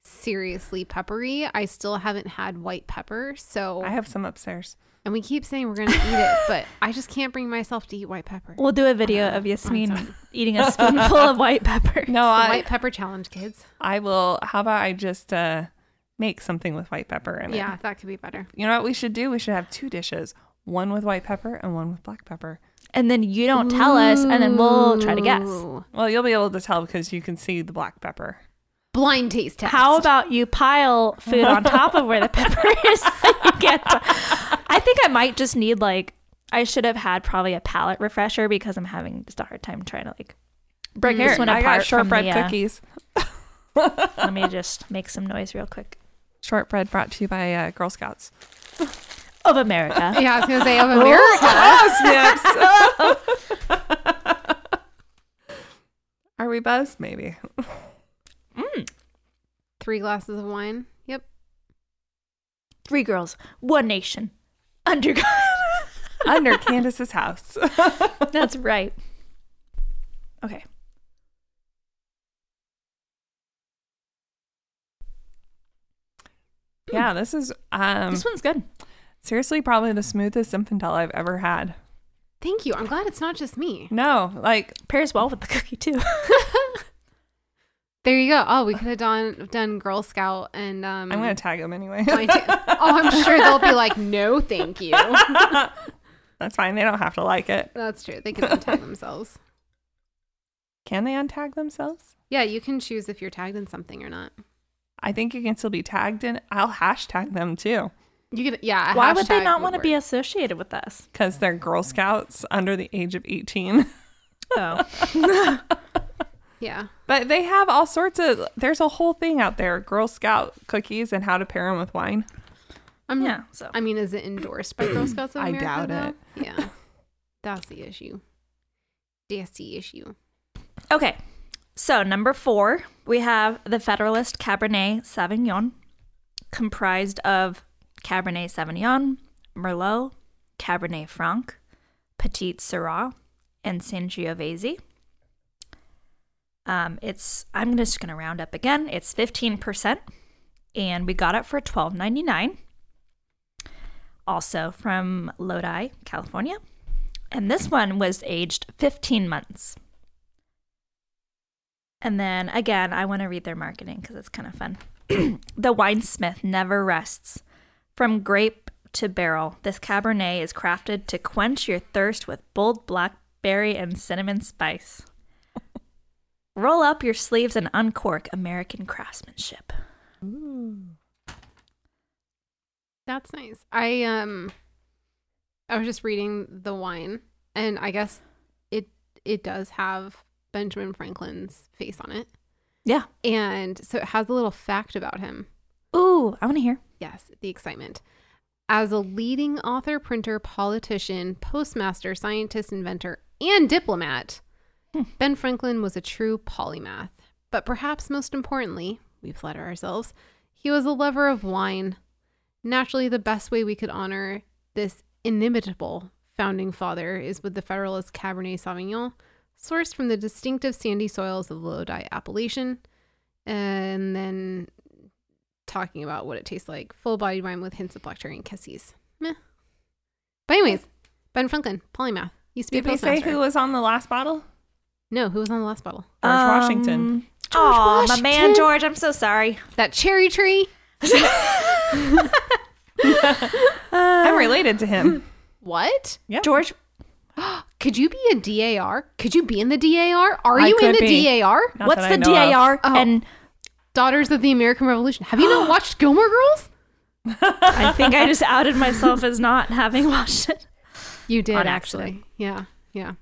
Speaker 3: seriously peppery. I still haven't had white pepper. So,
Speaker 1: I have some upstairs.
Speaker 3: and we keep saying we're going to eat it, but I just can't bring myself to eat white pepper.
Speaker 2: We'll do a video
Speaker 3: Uh-huh.
Speaker 2: of Yasmin eating a spoonful of white pepper.
Speaker 1: No,
Speaker 3: The
Speaker 1: I
Speaker 3: white pepper challenge, kids.
Speaker 1: I will. How about I just uh make something with white pepper in it?
Speaker 3: Yeah, that could be better.
Speaker 1: You know what we should do? We should have two dishes, one with white pepper and one with black pepper.
Speaker 2: And then you don't tell us, and then we'll try to guess.
Speaker 3: Ooh.
Speaker 1: Well, you'll be able to tell because you can see the black pepper.
Speaker 3: Blind taste test.
Speaker 2: How about you pile food on top of where the pepper is? so you get to- I think I might just need like I should have had probably a palate refresher because I'm having just a hard time trying to like break
Speaker 1: Here,
Speaker 2: this one
Speaker 1: Mm, I
Speaker 2: apart.
Speaker 1: got shortbread
Speaker 2: from the, uh,
Speaker 1: cookies.
Speaker 2: Let me just make some noise real quick.
Speaker 1: Shortbread brought to you by uh, Girl Scouts.
Speaker 2: Of America.
Speaker 3: Yeah, I was gonna say of America.
Speaker 1: Oh, snips. Are we buzzed? Maybe.
Speaker 3: Three glasses of wine. Yep.
Speaker 2: Three girls, one nation, under God.
Speaker 1: Under Candace's house.
Speaker 2: That's right. Okay.
Speaker 1: yeah, this is um
Speaker 2: This one's good.
Speaker 1: seriously probably the smoothest Zinfandel I've ever had.
Speaker 3: Thank you. I'm glad it's not just me.
Speaker 1: No, like
Speaker 2: Pairs well with the cookie too.
Speaker 3: There you go. Oh, we could have done done Girl Scout and um.
Speaker 1: I'm gonna tag them anyway.
Speaker 3: my t- oh, I'm sure they'll be like, no, thank you.
Speaker 1: That's fine. They don't have to like it.
Speaker 3: That's true. They can untag themselves.
Speaker 1: Can they untag themselves?
Speaker 3: Yeah, you can choose if you're tagged in something or not.
Speaker 1: I think you can still be tagged in. I'll hashtag them too
Speaker 3: You could, yeah. a
Speaker 2: Why would they
Speaker 3: hashtag
Speaker 2: not want to
Speaker 3: work.
Speaker 2: be associated with us?
Speaker 1: because they're Girl Scouts under the age of 18.
Speaker 2: Oh.
Speaker 3: Yeah.
Speaker 1: But they have all sorts of, there's a whole thing out there Girl Scout cookies and how to pair them with wine.
Speaker 3: I'm,
Speaker 2: Yeah, so-
Speaker 3: I mean, is it endorsed by Girl Scouts of
Speaker 1: I
Speaker 3: America?
Speaker 1: doubt
Speaker 3: though?
Speaker 1: it.
Speaker 3: Yeah. That's the issue. That's the issue.
Speaker 2: Okay. So, number four, we have the Federalist Cabernet Sauvignon, comprised of Cabernet Sauvignon, Merlot, Cabernet Franc, Petit Syrah, and Sangiovese. Um, it's I'm just gonna round up again. It's 15%, and we got it for 12.99. Also from Lodi, California, and this one was aged 15 months. And then again, I want to read their marketing because it's kind of fun. the winesmith never rests. From grape to barrel, this Cabernet is crafted to quench your thirst with bold blackberry and cinnamon spice. Roll up your sleeves and uncork American craftsmanship.
Speaker 3: That's nice. I um I was just reading the wine and I guess it it does have Benjamin Franklin's face on it.
Speaker 2: Yeah.
Speaker 3: And so it has a little fact about him.
Speaker 2: Ooh, I want to hear.
Speaker 3: Yes, the excitement. As a leading author, printer, politician, postmaster, scientist, inventor, and diplomat, Ben Franklin was a true polymath. But perhaps most importantly, we flatter ourselves, he was a lover of wine. Naturally, the best way we could honor this inimitable founding father is with the Federalist Cabernet Sauvignon, sourced from the distinctive sandy soils of Lodi Appalachian. And then talking about what it tastes like. Full bodied wine with hints of blackberry and cassis. Meh. But anyways, Ben Franklin, polymath. Used to be
Speaker 1: Did
Speaker 3: a
Speaker 1: we say
Speaker 3: postmaster.
Speaker 1: who was on the last bottle?
Speaker 3: No, who was on the last bottle?
Speaker 1: George
Speaker 2: Um,
Speaker 1: Washington.
Speaker 2: Aw, my man
Speaker 3: Washington.
Speaker 2: George. I'm so sorry.
Speaker 3: That cherry tree.
Speaker 1: I'm related to him.
Speaker 3: What?
Speaker 1: Yeah.
Speaker 2: George,
Speaker 3: Could you be a DAR? Could you be in the DAR? Are
Speaker 1: I
Speaker 3: you in
Speaker 1: could
Speaker 3: the
Speaker 1: be.
Speaker 3: DAR?
Speaker 1: Not
Speaker 2: what's
Speaker 1: that I
Speaker 2: the
Speaker 1: know of.
Speaker 2: DAR?
Speaker 3: Oh.
Speaker 2: And
Speaker 3: Daughters of the American Revolution. Have you not watched Gilmore Girls?
Speaker 2: I think I just outed myself as not having watched it.
Speaker 3: You did
Speaker 2: On
Speaker 3: actually.
Speaker 2: accident.
Speaker 3: Yeah, yeah.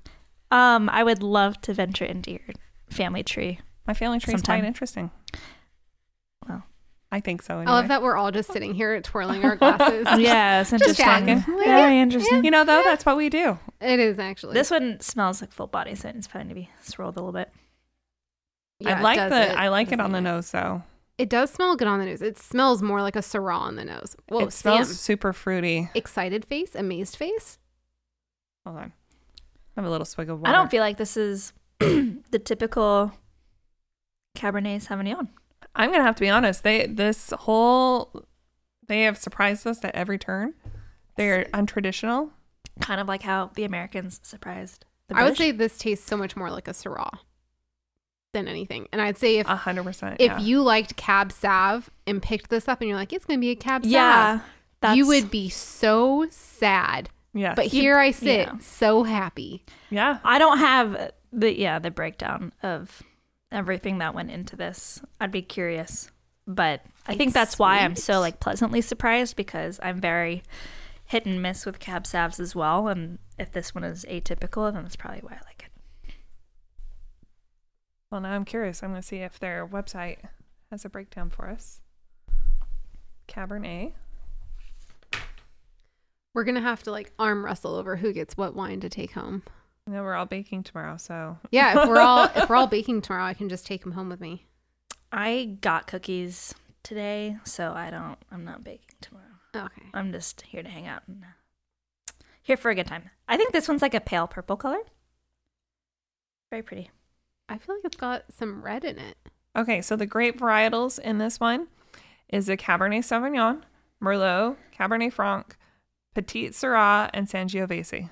Speaker 2: Um, I would love to venture into your family tree.
Speaker 1: My family tree's
Speaker 2: Sometime.
Speaker 1: quite interesting.
Speaker 2: Well.
Speaker 1: I think so.
Speaker 3: I love
Speaker 1: anyway.
Speaker 3: that we're all just sitting here twirling our glasses.
Speaker 2: Yes,
Speaker 3: Just
Speaker 2: interesting.
Speaker 3: chatting.
Speaker 2: Very interesting.
Speaker 1: You know, though, that's what we do.
Speaker 3: It is actually.
Speaker 2: This one smells like full body, so it's probably gonna be swirled a little bit.
Speaker 3: Yeah,
Speaker 1: I
Speaker 3: it
Speaker 1: like
Speaker 3: does
Speaker 1: the I like it
Speaker 3: doesn't
Speaker 1: on the nose though.
Speaker 3: It does smell good on the nose. It smells more like a Syrah on the nose. Whoa,
Speaker 1: it smells
Speaker 3: Sam.
Speaker 1: super fruity.
Speaker 3: Excited face, amazed face.
Speaker 1: Hold on. I have a little swig of water.
Speaker 2: I don't feel like this is the typical Cabernet Sauvignon.
Speaker 1: I'm gonna have to be honest. They this whole they have surprised us at every turn. They're untraditional.
Speaker 2: Kind of like how the Americans surprised the
Speaker 3: I would
Speaker 2: British.
Speaker 3: say this tastes so much more like a Syrah than anything. And I'd say if
Speaker 1: A hundred percent.
Speaker 3: if
Speaker 1: yeah.
Speaker 3: you liked Cab Sav and picked this up and you're like, it's gonna be a Cab Sav,
Speaker 2: yeah, that's,
Speaker 3: you would be so sad.
Speaker 1: yes.
Speaker 3: But here I sit,
Speaker 2: yeah.
Speaker 3: so happy.
Speaker 1: yeah.
Speaker 2: I don't have the yeah the breakdown of everything that went into this. I'd be curious, but I think
Speaker 3: It's
Speaker 2: that's why I'm
Speaker 3: sweet.
Speaker 2: so like pleasantly surprised because I'm very hit and miss with cab salves as well. And if this one is atypical, then that's probably why I like it.
Speaker 1: Well now I'm curious. I'm gonna see if their website has a breakdown for us. Cabernet.
Speaker 3: We're gonna have to like arm wrestle over who gets what wine to take home.
Speaker 1: No, we're all baking tomorrow, so
Speaker 3: Yeah, if we're all if we're all baking tomorrow, I can just take them home with me.
Speaker 2: I got cookies today, so I don't. I'm not baking tomorrow.
Speaker 3: Okay.
Speaker 2: I'm just here to hang out and uh, here for a good time. I think this one's like a pale purple color. Very pretty.
Speaker 3: I feel like it's got some red in it.
Speaker 1: Okay, so the grape varietals in this one is a Cabernet Sauvignon, Merlot, Cabernet Franc, Petit Syrah, and Sangiovese.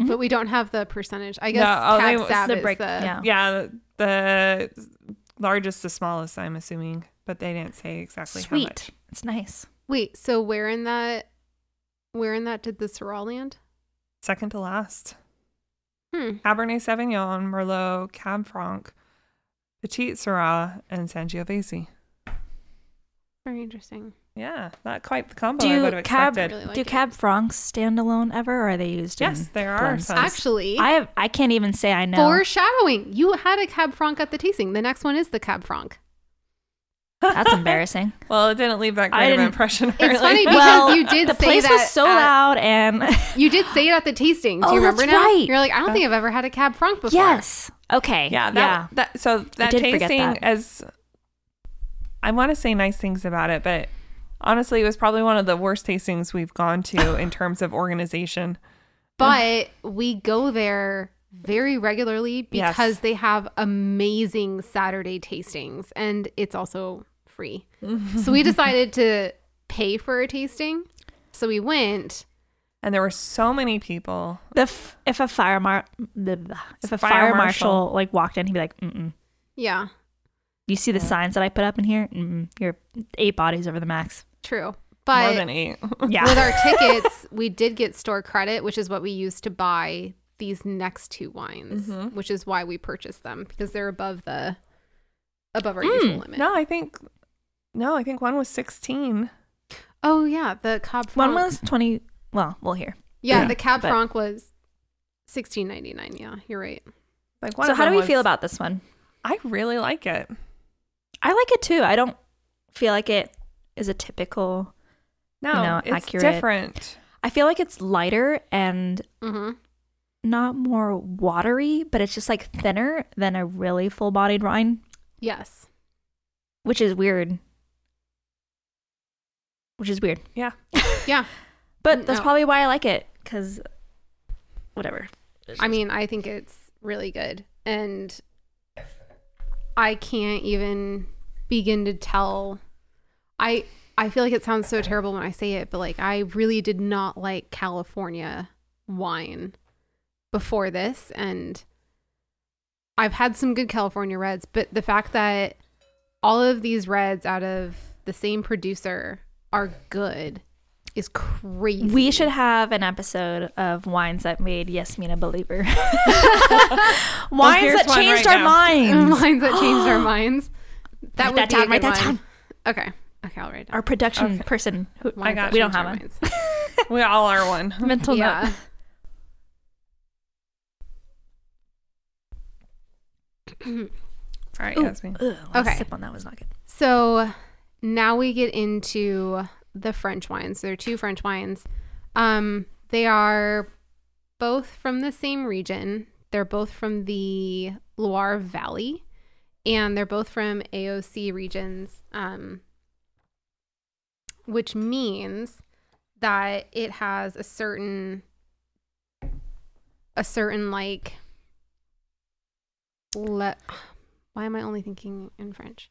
Speaker 2: Mhm.
Speaker 3: But we don't have the percentage. I guess
Speaker 1: No, oh, they-
Speaker 3: Cab
Speaker 1: it's
Speaker 3: Sav
Speaker 2: the
Speaker 3: is
Speaker 2: break-
Speaker 3: the
Speaker 2: yeah.
Speaker 1: Yeah, the largest to smallest, I'm assuming, but they didn't say exactly how much.
Speaker 2: Sweet. It's nice.
Speaker 3: Wait, so where in that where in that did the Syrah land?
Speaker 1: Second to last.
Speaker 3: Hmm.
Speaker 1: Cabernet Sauvignon, Merlot, Cab Franc, Petit Syrah, and Sangiovese.
Speaker 3: Very interesting.
Speaker 1: Yeah, not quite the combo I would have
Speaker 2: Do cab
Speaker 1: expected.
Speaker 3: Really like
Speaker 2: do
Speaker 3: it.
Speaker 2: cab francs stand alone ever, or are they used?
Speaker 1: Yes,
Speaker 2: in
Speaker 1: there are
Speaker 2: blends?
Speaker 1: some.
Speaker 3: Actually,
Speaker 2: I have, I can't even say I know.
Speaker 3: foreshadowing. You had a Cab Franc at the tasting. The next one is the Cab Franc.
Speaker 2: That's embarrassing.
Speaker 1: Well, it didn't leave that
Speaker 2: I
Speaker 1: great of
Speaker 2: didn't-
Speaker 1: impression. It's
Speaker 3: funny Because
Speaker 2: well,
Speaker 3: you did
Speaker 2: the
Speaker 3: say
Speaker 2: place
Speaker 3: that
Speaker 2: was so
Speaker 3: at-
Speaker 2: loud, and
Speaker 3: You did say it at the tasting. Do
Speaker 2: Oh,
Speaker 3: you remember
Speaker 2: that's
Speaker 3: now?
Speaker 2: right.
Speaker 3: You're like, I don't think I've ever had a Cab Franc before.
Speaker 2: yes, okay,
Speaker 1: yeah, that, that so that
Speaker 2: did forget
Speaker 1: tasting
Speaker 2: that.
Speaker 1: as I want to say nice things about it, but honestly, it was probably one of the worst tastings we've gone to in terms of organization.
Speaker 3: But we go there very regularly
Speaker 1: Yes.
Speaker 3: because they have amazing Saturday tastings and it's also free. so we decided to pay for a tasting. So we went.
Speaker 1: And there were so many people.
Speaker 2: The f- if a fire mar- the- the- if a
Speaker 1: Fire
Speaker 2: fire,
Speaker 1: marshal.
Speaker 2: marshal. like walked in, he'd be like, Mm-mm.
Speaker 3: Yeah,
Speaker 2: "You see the signs that I put up in here? Mm-mm. You're eight bodies over the max."
Speaker 3: true.
Speaker 1: More
Speaker 3: But
Speaker 1: than eight.
Speaker 2: Yeah,
Speaker 3: with our tickets, we did get store credit, which is what we used to buy these next two wines,
Speaker 2: Mm-hmm.
Speaker 3: which is why we purchased them because they're above the above our
Speaker 2: Hmm.
Speaker 3: usual limit.
Speaker 1: no, I think no, I think one was sixteen.
Speaker 3: Oh yeah, the Cab Franc.
Speaker 2: one was twenty. Well, we'll hear.
Speaker 3: yeah,
Speaker 2: Yeah,
Speaker 3: the Cab
Speaker 2: but-
Speaker 3: Franc was sixteen ninety nine. Yeah, you're right.
Speaker 1: Like one
Speaker 2: so,
Speaker 1: of
Speaker 2: how do
Speaker 1: them
Speaker 2: we
Speaker 1: was-
Speaker 2: feel about this one?
Speaker 1: I really like it.
Speaker 2: I like it too. I don't feel like it is a typical.
Speaker 1: No,
Speaker 2: know,
Speaker 1: it's
Speaker 2: accurate.
Speaker 1: different.
Speaker 2: I feel like it's lighter and
Speaker 3: Mm-hmm.
Speaker 2: not more watery, but it's just like thinner than a really full-bodied wine,
Speaker 3: Yes.
Speaker 2: which is weird. Which is weird.
Speaker 1: Yeah.
Speaker 3: Yeah.
Speaker 2: But that's
Speaker 3: No.
Speaker 2: probably why I like it because whatever.
Speaker 3: I mean, I think it's really good. And I can't even begin to tell. I I feel like it sounds so terrible when I say it, but like I really did not like California wine before this and I've had some good California reds, but the fact that all of these reds out of the same producer are good is crazy.
Speaker 2: We should have an episode of wines that made Yasmin a believer. wines
Speaker 1: here's
Speaker 2: that
Speaker 1: one
Speaker 2: changed
Speaker 1: right
Speaker 2: our
Speaker 1: now.
Speaker 2: minds.
Speaker 3: Lines that changed our minds. That
Speaker 2: Write
Speaker 3: would
Speaker 2: that
Speaker 3: be
Speaker 2: down,
Speaker 3: a
Speaker 2: write
Speaker 3: good
Speaker 2: that
Speaker 3: line. Okay. Okay, I'll write it down.
Speaker 2: Our production
Speaker 1: Okay.
Speaker 2: person. Who,
Speaker 3: Lines
Speaker 1: got
Speaker 3: that
Speaker 2: we don't
Speaker 3: changed our
Speaker 2: have one.
Speaker 3: minds.
Speaker 1: We all are one.
Speaker 2: Mental note.
Speaker 3: Yeah.
Speaker 1: All right,
Speaker 2: Ooh.
Speaker 1: Yasmin.
Speaker 2: Ugh, last
Speaker 3: Okay.
Speaker 2: sip on that was not good.
Speaker 3: So now we get into the French wines. There are two French wines. Um, they are both from the same region. They're both from the Loire Valley, and they're both from AOC regions, um, which means that it has a certain, a certain like. Le- Why am I only thinking in French?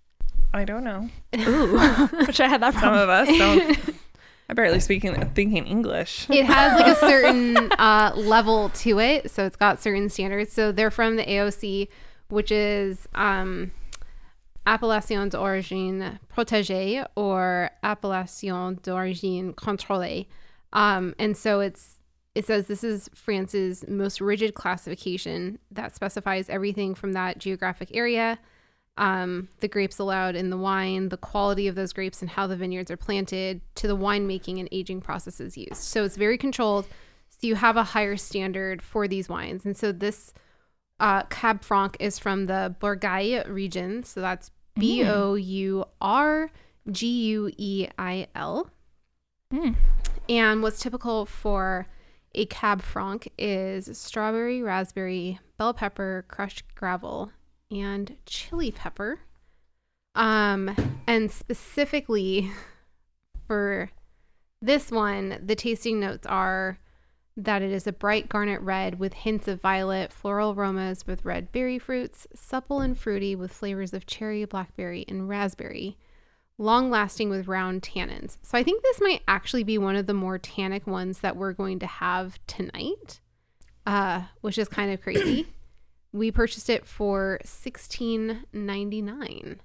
Speaker 1: I don't know.
Speaker 2: Ooh, which I had that
Speaker 1: Some
Speaker 2: problem.
Speaker 1: of us don't. I barely speaking thinking English.
Speaker 3: it has like a certain uh, level to it, so it's got certain standards. So they're from the AOC, which is um, Appellation d'origine protégée or Appellation d'origine contrôlée, um, and so it's it says this is France's most rigid classification that specifies everything from that geographic area um, the grapes allowed in the wine, the quality of those grapes and how the vineyards are planted, to the winemaking and aging processes used. So it's very controlled. So you have a higher standard for these wines. And so this uh, Cab Franc is from the Bourgaille region. So that's B O U R G U E I L.
Speaker 2: Mm.
Speaker 3: And what's typical for a cab franc is strawberry, raspberry, bell pepper, crushed gravel, and chili pepper. Um, and specifically for this one, the tasting notes are that it is a bright garnet red with hints of violet, floral aromas with red berry fruits, supple and fruity with flavors of cherry, blackberry, and raspberry, long lasting with round tannins. So I think this might actually be one of the more tannic ones that we're going to have tonight, uh, which is kind of crazy. we purchased it for sixteen ninety nine,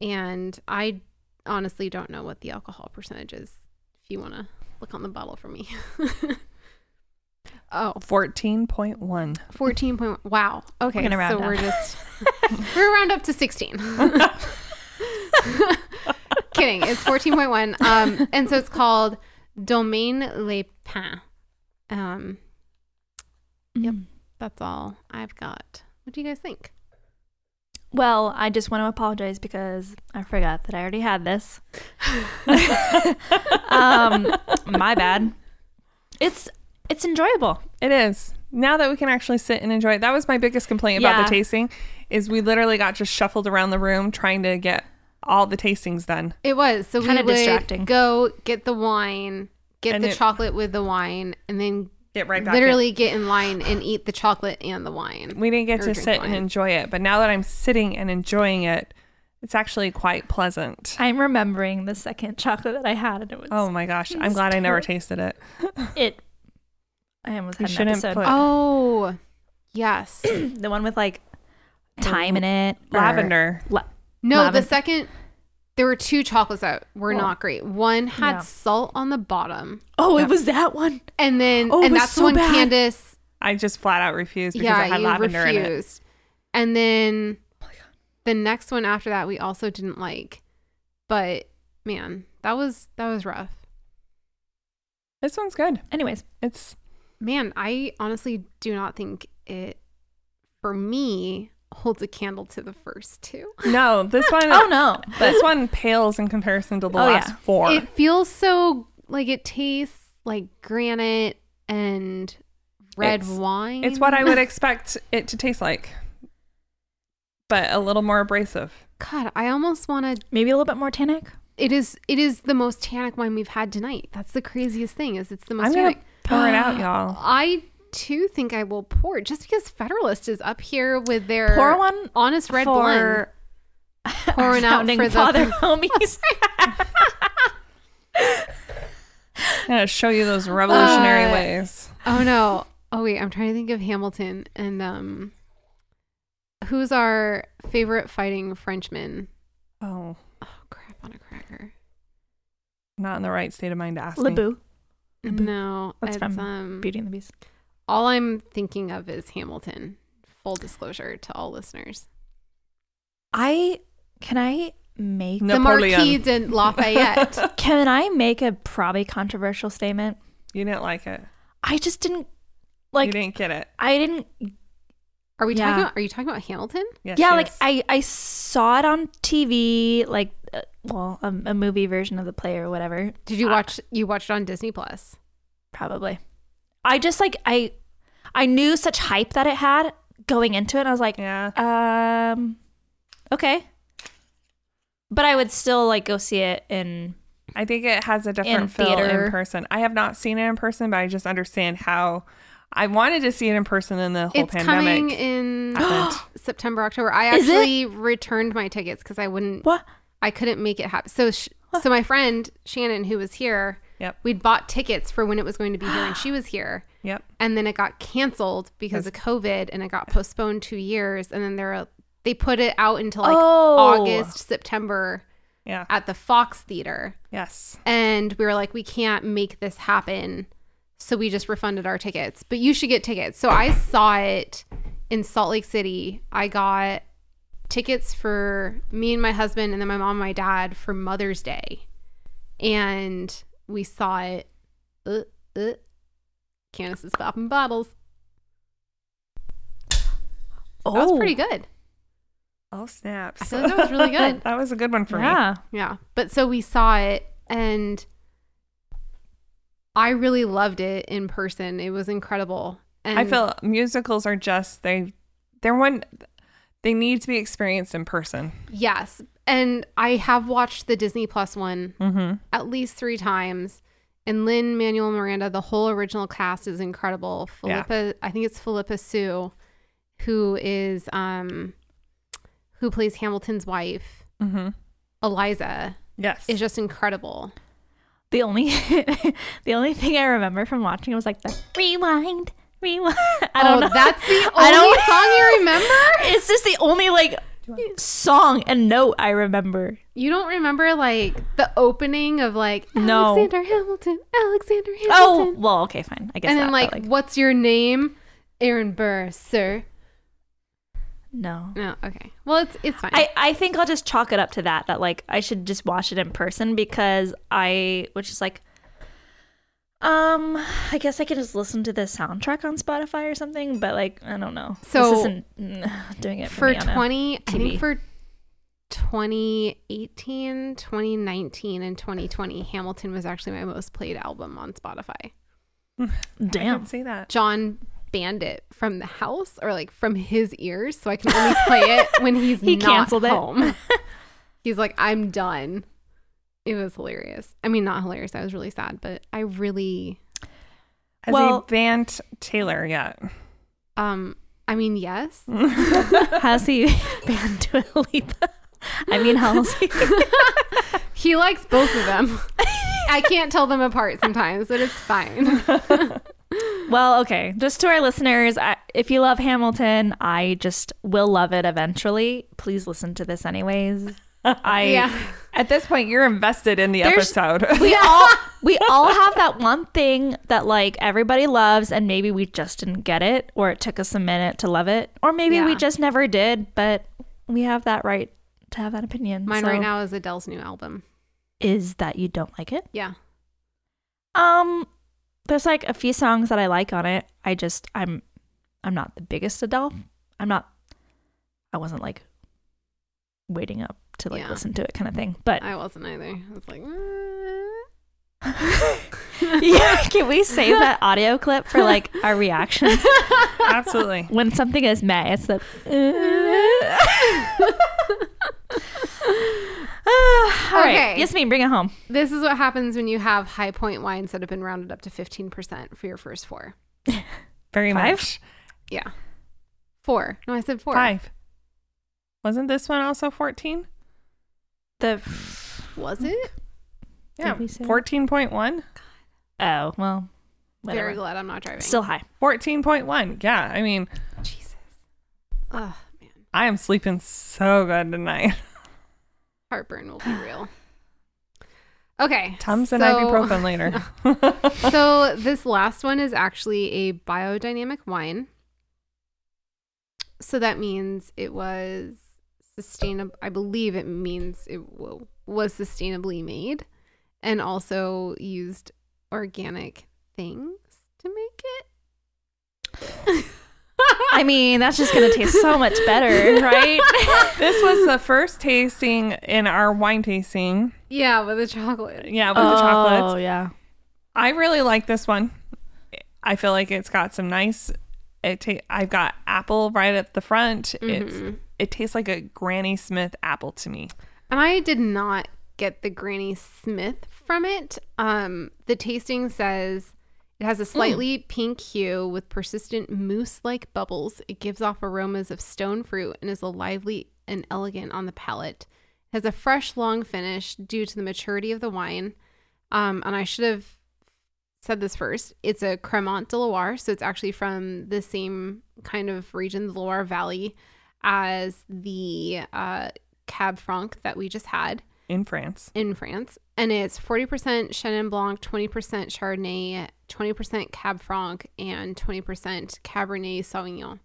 Speaker 3: and I honestly don't know what the alcohol percentage is. If you want to look on the bottle for me. Oh,
Speaker 1: 14.1.
Speaker 3: 14 point wow okay
Speaker 2: gonna round
Speaker 3: so
Speaker 2: up.
Speaker 3: we're just we're round up to 16 kidding it's 14.1 um and so it's called domaine les pins um
Speaker 2: Yep.
Speaker 3: that's all i've got what do you guys think
Speaker 2: Well, I just want to apologize because I forgot that I already had this. um, my bad. It's it's enjoyable.
Speaker 1: It is. Now that we can actually sit and enjoy it, that was my biggest complaint about
Speaker 2: Yeah.
Speaker 1: the tasting is we literally got just shuffled around the room trying to get all the tastings done.
Speaker 3: it was so kind
Speaker 2: Kinda
Speaker 3: of distracting
Speaker 2: distracting.
Speaker 3: go get the wine get
Speaker 1: And
Speaker 3: the
Speaker 1: it-
Speaker 3: chocolate with the wine and then
Speaker 1: Get right back in.
Speaker 3: literally get in line and eat the chocolate and the wine
Speaker 1: We didn't get
Speaker 3: Or
Speaker 1: to
Speaker 3: drink
Speaker 1: sit
Speaker 3: wine.
Speaker 1: and enjoy it, but now that I'm sitting and enjoying it, it's actually quite pleasant.
Speaker 2: I'm remembering the second chocolate that I had, and it was
Speaker 1: Oh my gosh, I'm
Speaker 2: It's
Speaker 1: glad I never
Speaker 2: terrible.
Speaker 1: tasted it.
Speaker 2: it. I almost
Speaker 1: You
Speaker 2: had an
Speaker 1: shouldn't
Speaker 2: episode.
Speaker 1: put-
Speaker 3: oh yes
Speaker 2: the one with like thyme in it, or-
Speaker 1: Lavender.
Speaker 2: La-
Speaker 3: No, the
Speaker 2: Lavend-
Speaker 3: second there were two chocolates that were not great. One had
Speaker 2: No.
Speaker 3: salt on the bottom,
Speaker 2: oh, it was that one.
Speaker 3: and then
Speaker 2: Oh, it
Speaker 3: and
Speaker 2: was
Speaker 3: that's
Speaker 2: so
Speaker 3: the one
Speaker 2: bad.
Speaker 3: Candace.
Speaker 1: I just flat out refused because it
Speaker 3: Yeah,
Speaker 1: had
Speaker 3: you
Speaker 1: lavender in it.
Speaker 3: refused. And then
Speaker 2: Oh
Speaker 3: the next one after that, we also didn't like. But man, that was that was rough.
Speaker 1: This one's good.
Speaker 2: Anyways,
Speaker 1: It's
Speaker 3: Man, I honestly do not think it for me holds a candle to the first two.
Speaker 1: no, this one
Speaker 2: oh no,
Speaker 1: this one pales in comparison to the
Speaker 2: Oh,
Speaker 1: last
Speaker 2: yeah.
Speaker 1: four.
Speaker 3: It feels so like it tastes like granite and red
Speaker 1: It's-
Speaker 3: wine.
Speaker 1: It's what I would expect it to taste like, but a little more abrasive.
Speaker 3: God, I almost want to.
Speaker 2: maybe a little bit more tannic.
Speaker 3: It is. It is the most tannic wine we've had tonight. That's the craziest thing. Is it's the most
Speaker 1: I'm gonna
Speaker 3: tannic.
Speaker 1: pour it out, y'all.
Speaker 3: I too think I will pour it, just because Federalist is up here with their
Speaker 2: Pour one
Speaker 3: honest red blend.
Speaker 2: for
Speaker 3: Pouring
Speaker 2: our
Speaker 3: out
Speaker 2: founding
Speaker 3: for the-
Speaker 2: father homies.
Speaker 1: I'm gonna show you those revolutionary
Speaker 3: Uh,
Speaker 1: ways.
Speaker 3: Oh no. Oh wait, I'm trying to think of Hamilton and um, who's our favorite fighting Frenchman?
Speaker 1: Oh,
Speaker 3: Oh crap on a cracker.
Speaker 1: not in the right state of mind to ask me.
Speaker 2: Laboo,
Speaker 3: No,
Speaker 2: That's
Speaker 3: it's
Speaker 2: from
Speaker 3: um.
Speaker 2: Beauty and the Beast.
Speaker 3: All I'm thinking of is Hamilton. Full disclosure to all listeners.
Speaker 2: I can I make
Speaker 3: The Marquis de Lafayette.
Speaker 2: Can I make a probably controversial statement?
Speaker 1: you didn't like it.
Speaker 2: I just didn't
Speaker 1: you
Speaker 2: like.
Speaker 1: didn't get it.
Speaker 2: I didn't.
Speaker 3: Are we
Speaker 2: Yeah.
Speaker 3: talking? About, are you talking about Hamilton?
Speaker 1: Yes,
Speaker 2: yeah,
Speaker 1: she
Speaker 2: like
Speaker 1: is.
Speaker 2: I I saw it on TV, like uh, well, a, a movie version of the play or whatever.
Speaker 3: Did you
Speaker 2: I-
Speaker 3: watch? you watched it on Disney Plus.
Speaker 2: probably. I just like I I knew such hype that it had going into it. And I was like,
Speaker 1: Yeah,
Speaker 2: um, okay. But I would still like go see it in
Speaker 1: I think it has a different
Speaker 2: In
Speaker 1: feel
Speaker 2: theater.
Speaker 1: in person. I have not seen it in person, but I just understand how I wanted to see it in person, and the whole
Speaker 3: it's coming
Speaker 1: pandemic
Speaker 3: in
Speaker 1: happened.
Speaker 3: September, October. I
Speaker 2: Is it?
Speaker 3: actually returned my tickets because I wouldn't.
Speaker 2: what?
Speaker 3: I couldn't make it happen. So, sh- so my friend Shannon, who was here,
Speaker 1: Yep.
Speaker 3: we'd bought tickets for when it was going to be here, and she was here.
Speaker 1: Yep.
Speaker 3: and then it got canceled because of COVID, and it got postponed two years, and then they're they put it out until like
Speaker 2: Oh.
Speaker 3: August, September
Speaker 1: Yeah.
Speaker 3: at the Fox Theater,
Speaker 1: Yes.
Speaker 3: and we were like, we can't make this happen, so we just refunded our tickets. But you should get tickets. So I saw it in Salt Lake City. I got tickets for me and my husband, and then my mom and my dad for Mother's Day, and we saw it. Uh, uh. Candace is popping bottles.
Speaker 2: Oh,
Speaker 3: Oh. That was pretty good.
Speaker 1: Oh,
Speaker 3: I
Speaker 1: snaps.
Speaker 3: feel like that was really good.
Speaker 1: That was a good one for me.
Speaker 2: yeah.
Speaker 3: yeah. But so we saw it and I really loved it in person. It was incredible. And
Speaker 1: I feel musicals are just they they're one they need to be experienced in person.
Speaker 3: yes. And I have watched the Disney Plus one
Speaker 1: Mm-hmm.
Speaker 3: at least three times. And Lynn Manuel Miranda, the whole original cast is incredible.
Speaker 1: Yeah.
Speaker 3: Philippa, I think it's Philippa Sue, who is um, who plays Hamilton's wife,
Speaker 1: Mm-hmm.
Speaker 3: Eliza,
Speaker 1: Yes.
Speaker 3: is just incredible.
Speaker 2: The only the only thing I remember from watching was like the rewind, rewind. I don't
Speaker 3: oh,
Speaker 2: know.
Speaker 3: that's the
Speaker 2: I don't-
Speaker 3: only song you remember.
Speaker 2: it's just the only like song and note I remember.
Speaker 3: You don't remember like the opening of like
Speaker 2: No.
Speaker 3: Alexander Hamilton, Alexander
Speaker 2: Oh
Speaker 3: Hamilton,
Speaker 2: well, okay, fine. I guess.
Speaker 3: and
Speaker 2: that,
Speaker 3: then
Speaker 2: but,
Speaker 3: like, what's your name, Aaron Burr, sir?
Speaker 2: no.
Speaker 3: No, Oh, okay. Well, it's it's fine.
Speaker 2: I, I think I'll just chalk it up to that that like I should just watch it in person because I which is like um I guess I could just listen to the soundtrack on Spotify or something but like I don't know
Speaker 3: So,
Speaker 2: this isn't mm, doing it for,
Speaker 3: for
Speaker 2: me on a-
Speaker 3: 20 i think
Speaker 2: TV.
Speaker 3: for 2018 2019 and 2020 hamilton was actually my most played album on spotify
Speaker 1: I
Speaker 2: damn
Speaker 1: can see that.
Speaker 3: john banned it from the house or like from his ears so i can only play it when he's
Speaker 2: He
Speaker 3: not
Speaker 2: canceled it.
Speaker 3: home he's like i'm done it was hilarious i mean not hilarious i was really sad but i really
Speaker 1: As
Speaker 2: Well-
Speaker 1: a band Taylor yet.
Speaker 3: um i mean yes
Speaker 2: Mm. how's he banned Dua Lipa I mean how's he
Speaker 3: he likes both of them i can't tell them apart sometimes but it's fine
Speaker 2: Well, okay. Just to our listeners, I, if you love Hamilton, I just will love it eventually. Please listen to this, anyways. I
Speaker 3: Yeah.
Speaker 1: At this point, you're invested in the
Speaker 2: There's-
Speaker 1: episode.
Speaker 2: we all we all have that one thing that like everybody loves, and maybe we just didn't get it, or it took us a minute to love it, or maybe we
Speaker 3: Yeah.
Speaker 2: just never did. But we have that right to have that opinion.
Speaker 3: Mine
Speaker 2: So,
Speaker 3: right now is Adele's new album.
Speaker 2: is that you don't like it.
Speaker 3: Yeah.
Speaker 2: Um, there's like a few songs that I like on it. I just I'm I'm not the biggest Adele. I'm not. I wasn't like waiting up to like
Speaker 3: Yeah.
Speaker 2: listen to it kind of thing. But
Speaker 3: I wasn't either. I was like, "Uh."
Speaker 2: yeah, can we save that audio clip for like our reactions
Speaker 1: Absolutely.
Speaker 2: when something is met? It's the. Ah, all right.
Speaker 3: Okay.
Speaker 2: Yes, me. Bring it home.
Speaker 3: this is what happens when you have high point wines that have been rounded up to 15% for your first four.
Speaker 1: Very
Speaker 2: Five?
Speaker 1: much.
Speaker 3: Yeah. Four. No, I said four.
Speaker 1: Five. Wasn't this one also 14?
Speaker 2: The.
Speaker 3: Was it?
Speaker 1: Yeah.
Speaker 2: Did we say-
Speaker 1: 14.1?
Speaker 2: Oh well.
Speaker 3: Very
Speaker 2: Whatever.
Speaker 3: glad I'm not driving.
Speaker 2: Still high.
Speaker 1: 14.1. Yeah. I mean,
Speaker 3: Jesus. Ugh, man.
Speaker 1: I am sleeping so good tonight.
Speaker 3: Heartburn will be real. Okay.
Speaker 1: Tums and
Speaker 3: so-
Speaker 1: ibuprofen later.
Speaker 3: so this last one is actually a biodynamic wine. So that means it was sustainable. I believe it means it w- was sustainably made, and also used organic things to make it.
Speaker 2: I mean, that's just gonna taste so much better, right?
Speaker 1: this was the first tasting in our wine tasting.
Speaker 3: Yeah, with the chocolate.
Speaker 1: Yeah, with the chocolates.
Speaker 2: Oh yeah.
Speaker 1: I really like this one. I feel like it's got some nice. It ta- I've got apple right at the front. It's it tastes like a Granny Smith apple to me.
Speaker 3: And I did not get the Granny Smith from it. Um, the tasting says it has a slightly pink hue with persistent mousse like bubbles. It gives off aromas of stone fruit and is a lively and elegant on the palate. It has a fresh, long finish due to the maturity of the wine. Um, and I should have said this first. It's a Cremant de Loire, so it's actually from the same kind of region, the Loire Valley, as the uh, Cab Franc that we just had
Speaker 1: In France,
Speaker 3: in France. And it's 40% Chenin Blanc, 20% Chardonnay, 20% Cab Franc, and 20% Cabernet Sauvignon.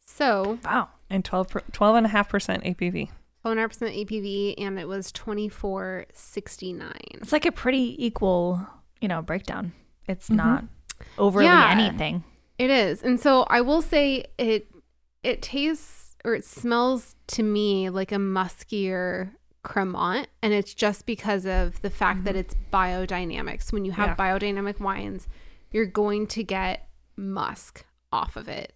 Speaker 3: So
Speaker 2: Wow.
Speaker 1: and 12 and a half percent APV.
Speaker 3: 100% APV, and it was 2469.
Speaker 2: It's like a pretty equal, you know, breakdown. It's not overly
Speaker 3: Yeah.
Speaker 2: anything.
Speaker 3: It is. And so I will say it it tastes or it smells to me like a muskier Cremant, and it's just because of the fact that
Speaker 2: Mm-hmm.
Speaker 3: it's biodynamics. When you have
Speaker 1: Yeah.
Speaker 3: biodynamic wines, you're going to get musk off of it.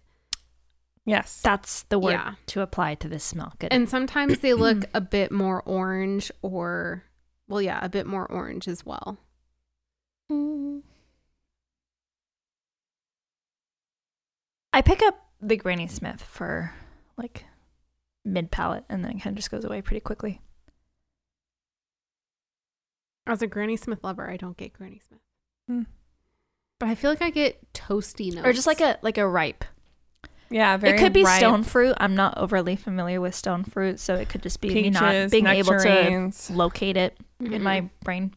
Speaker 1: Yes.
Speaker 2: That's the word
Speaker 3: Yeah.
Speaker 2: to apply to this smell. Good.
Speaker 3: And sometimes they look a bit more orange or well yeah, a bit more orange as well.
Speaker 2: I pick up the Granny Smith for like mid palate, and then it kind of just goes away pretty quickly.
Speaker 3: As a Granny Smith lover, I don't get Granny Smith.
Speaker 1: Hmm.
Speaker 3: But I feel like I get toasty notes.
Speaker 2: Or just like a like a ripe.
Speaker 1: yeah. Very
Speaker 2: it could be
Speaker 1: ripe
Speaker 2: stone fruit. I'm not overly familiar with stone fruit, so it could just be me not
Speaker 1: peaches,
Speaker 2: being able
Speaker 1: nectarines.
Speaker 2: to locate it in
Speaker 3: Mhm.
Speaker 2: my brain.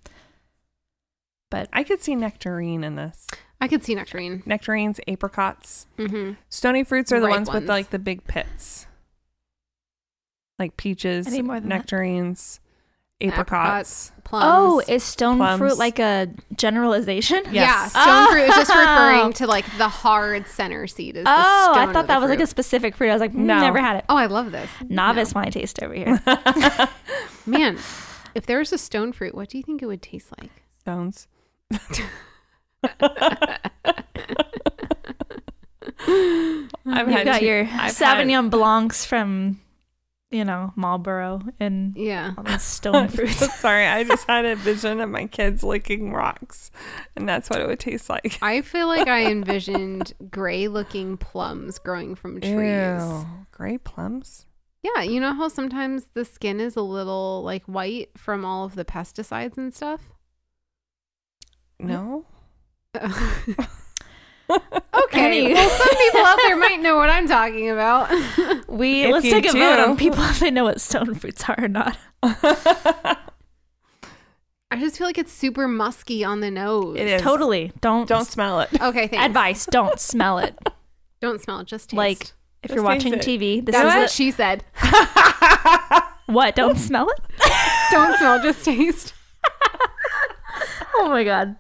Speaker 2: But
Speaker 1: I could see nectarine in this.
Speaker 3: I could see nectarine.
Speaker 1: Nectarines, apricots.
Speaker 3: Mm-hmm.
Speaker 1: Stony fruits are the
Speaker 3: Ripe
Speaker 1: ones, with
Speaker 3: ones.
Speaker 1: like the big pits, like peaches,
Speaker 2: I need more than that.
Speaker 1: nectarines, apricots.
Speaker 3: Apricots. Plums.
Speaker 2: oh, is stone fruit
Speaker 1: Plums.
Speaker 2: like a generalization?
Speaker 3: yeah.
Speaker 1: Yes.
Speaker 3: Stone fruit is just referring to like the hard center seed. Is
Speaker 2: Oh,
Speaker 3: the
Speaker 2: I
Speaker 3: stone of
Speaker 2: thought
Speaker 3: the
Speaker 2: that was like
Speaker 3: fruit.
Speaker 2: a specific fruit. I was like, mm,
Speaker 1: No.
Speaker 2: never had it.
Speaker 3: Oh, I love this.
Speaker 2: Novice wine taste over here.
Speaker 3: Man, if there was a stone fruit, what do you think it would taste like?
Speaker 1: Stones. I've
Speaker 2: You've
Speaker 1: had
Speaker 2: got
Speaker 1: two-
Speaker 2: your
Speaker 1: I've
Speaker 2: Sauvignon Blancs from, you know, Marlboro and
Speaker 3: Yeah.
Speaker 2: all these stone fruits.
Speaker 1: Sorry, I just had a vision of my kids licking rocks, and that's what it would taste like.
Speaker 3: I feel like I envisioned gray looking plums growing from trees.
Speaker 1: gray plums.
Speaker 3: Yeah, you know how sometimes the skin is a little like white from all of the pesticides and stuff?
Speaker 1: No,
Speaker 3: okay.
Speaker 2: Any-
Speaker 3: Well, some people out there might know what I'm talking about.
Speaker 2: We
Speaker 1: If
Speaker 2: let's
Speaker 1: you
Speaker 2: take a vote
Speaker 1: do.
Speaker 2: on people if they know what stone fruits are or not.
Speaker 3: I just feel like it's super musky on the nose.
Speaker 1: It is.
Speaker 2: Totally. Don't
Speaker 1: Don't smell it.
Speaker 3: Okay, thanks.
Speaker 2: advice. Don't smell it.
Speaker 3: Don't smell, just taste.
Speaker 2: Like
Speaker 3: Like,
Speaker 2: If
Speaker 1: Just
Speaker 2: you're watching
Speaker 1: taste it.
Speaker 2: TV, this
Speaker 3: that's what
Speaker 2: is
Speaker 3: she said.
Speaker 2: a, what. Don't smell it.
Speaker 3: Don't smell, just taste.
Speaker 2: Oh my god.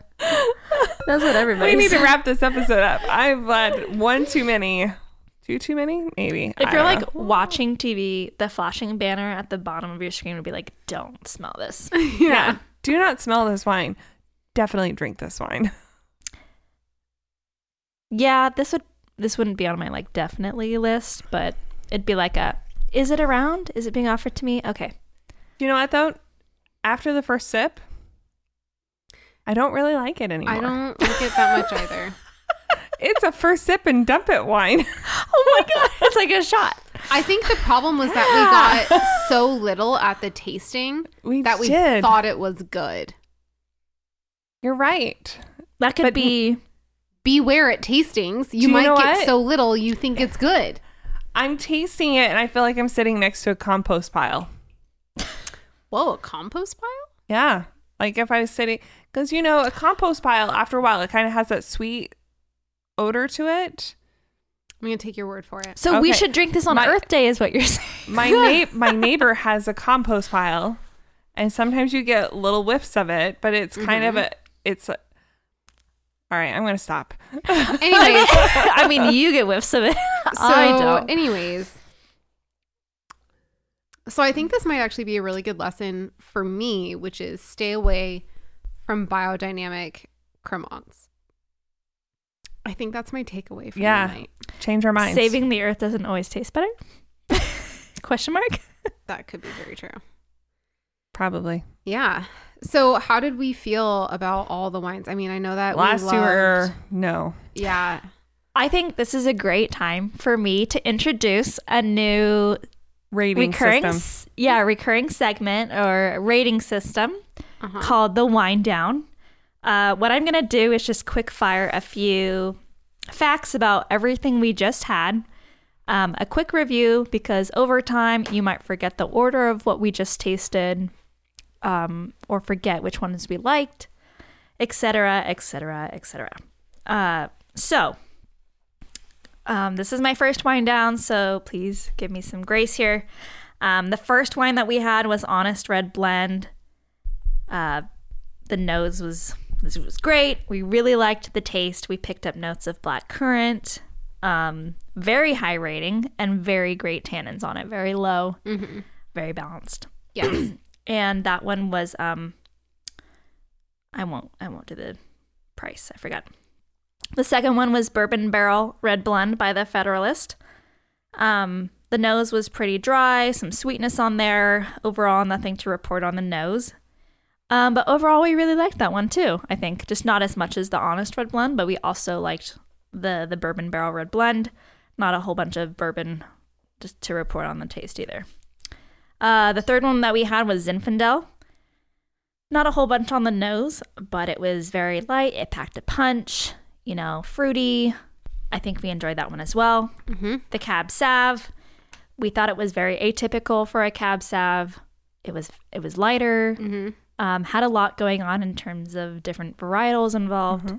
Speaker 2: That's what everybody.
Speaker 1: we need to wrap this episode up. I've had one too many. Two too many? Maybe.
Speaker 2: If
Speaker 1: I
Speaker 2: you're
Speaker 1: don't
Speaker 2: like
Speaker 1: know.
Speaker 2: watching TV, the flashing banner at the bottom of your screen would be like, "Don't smell this."
Speaker 1: yeah. do not smell this wine. Definitely drink this wine.
Speaker 2: yeah, this would this wouldn't be on my like definitely list, but it'd be like a, "Is it around? Is it being offered to me?" Okay.
Speaker 1: Do you know what though? After the first sip, I don't really like it anymore.
Speaker 3: I don't like it that much either.
Speaker 1: It's a first sip and dump it wine.
Speaker 2: Oh my god, it's like a shot.
Speaker 3: I think the problem was that we got so little at the tasting
Speaker 1: We
Speaker 3: that we
Speaker 1: did.
Speaker 3: thought it was good.
Speaker 1: You're right.
Speaker 2: That could
Speaker 1: But-
Speaker 2: be.
Speaker 3: Beware at tastings. You
Speaker 1: you
Speaker 3: might
Speaker 1: know
Speaker 3: get
Speaker 1: what?
Speaker 3: so little you think it's good.
Speaker 1: I'm tasting it and I feel like I'm sitting next to a compost pile.
Speaker 3: Whoa, a compost pile?
Speaker 1: Yeah. Like if I was sitting, because you know, a compost pile, after a while, it kind of has that sweet odor to it.
Speaker 3: I'm going to take your word for it.
Speaker 2: So we
Speaker 1: Okay.
Speaker 2: should drink this on
Speaker 1: My-
Speaker 2: Earth Day, is what you're saying.
Speaker 1: My, na- my neighbor has a compost pile and sometimes you get little whiffs of it, but it's kind of a, it's, a, all right, I'm going to stop.
Speaker 3: Anyways,
Speaker 2: I mean, you get whiffs of it.
Speaker 3: so
Speaker 2: I don't.
Speaker 3: anyways. So I think this might actually be a really good lesson for me, which is stay away from biodynamic cremants. I think that's my takeaway from
Speaker 1: Yeah.
Speaker 3: the night.
Speaker 1: Change our minds.
Speaker 2: Saving the Earth doesn't always taste better. Question mark.
Speaker 3: That could be very true.
Speaker 1: Probably.
Speaker 3: Yeah. So, how did we feel about all the wines? I mean, I know that we
Speaker 1: Last two
Speaker 3: loved-
Speaker 1: were no.
Speaker 3: yeah,
Speaker 2: I think this is a great time for me to introduce a new
Speaker 1: Rating
Speaker 2: recurring,
Speaker 1: system.
Speaker 2: s- yeah, recurring segment or rating system
Speaker 3: Uh-huh.
Speaker 2: called the wind down. Uh, what I'm gonna do is just quick fire a few facts about everything we just had. Um, a quick review because over time you might forget the order of what we just tasted, um, or forget which ones we liked, etc., etc., etc. Uh, So. Um, this is my first wine down, so please give me some grace here. Um, the first wine that we had was Honest Red Blend. Uh, the nose was this was great. We really liked the taste. We picked up notes of black currant, um, very high rating and very great tannins on it, very low, very balanced.
Speaker 3: Yes.
Speaker 2: And that one was um, I won't I won't do the price. I forgot. The second one was Bourbon Barrel Red Blend by the Federalist. Um, the nose was pretty dry, some sweetness on there. Overall, nothing to report on the nose. Um, but overall, we really liked that one too. I think just not as much as the Honest Red Blend, but we also liked the the Bourbon Barrel Red Blend. Not a whole bunch of bourbon just to report on the taste either. Uh, the third one that we had was Zinfandel. Not a whole bunch on the nose, but it was very light. It packed a punch, you know, fruity. I think we enjoyed that one as well. Mm-hmm. The Cab Sav. We thought it was very atypical for a Cab Sav. It was it was lighter. Um, had a lot going on in terms of different varietals involved.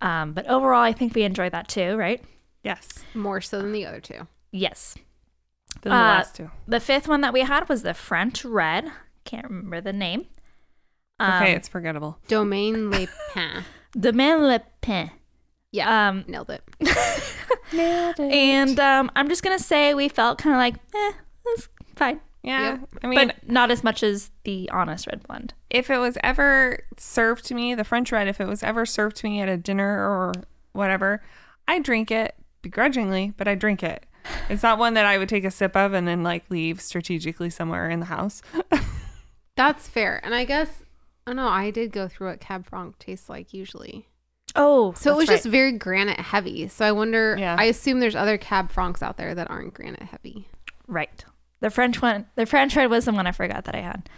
Speaker 2: Um, but overall, I think we enjoyed that too, right?
Speaker 1: Yes.
Speaker 3: More so than the other two.
Speaker 2: Yes.
Speaker 1: Than the
Speaker 2: Uh,
Speaker 1: last two.
Speaker 2: The fifth one that we had was the French Red. Can't remember the name. Um,
Speaker 1: okay, it's forgettable.
Speaker 3: Domaine Le Pin.
Speaker 2: Domaine Le Pen.
Speaker 3: Yeah.
Speaker 2: Um,
Speaker 3: nailed it.
Speaker 2: and um, I'm just gonna say we felt kind of like, eh, it's fine,
Speaker 1: Yeah.
Speaker 3: Yep.
Speaker 1: I mean,
Speaker 2: but not as much as the Honest Red Blend.
Speaker 1: if it was ever served to me, the French red, if it was ever served to me at a dinner or whatever, I drink it begrudgingly, but I drink it. It's not one that I would take a sip of and then like leave strategically somewhere in the house.
Speaker 3: That's fair. And I guess, oh no, I did go through what Cab Franc tastes like usually.
Speaker 2: Oh,
Speaker 3: So it was just very granite heavy. So I wonder,
Speaker 1: Yeah.
Speaker 3: I assume there's other Cab Francs out there that aren't granite heavy.
Speaker 2: right. The French one, the French Red was the one I forgot that I had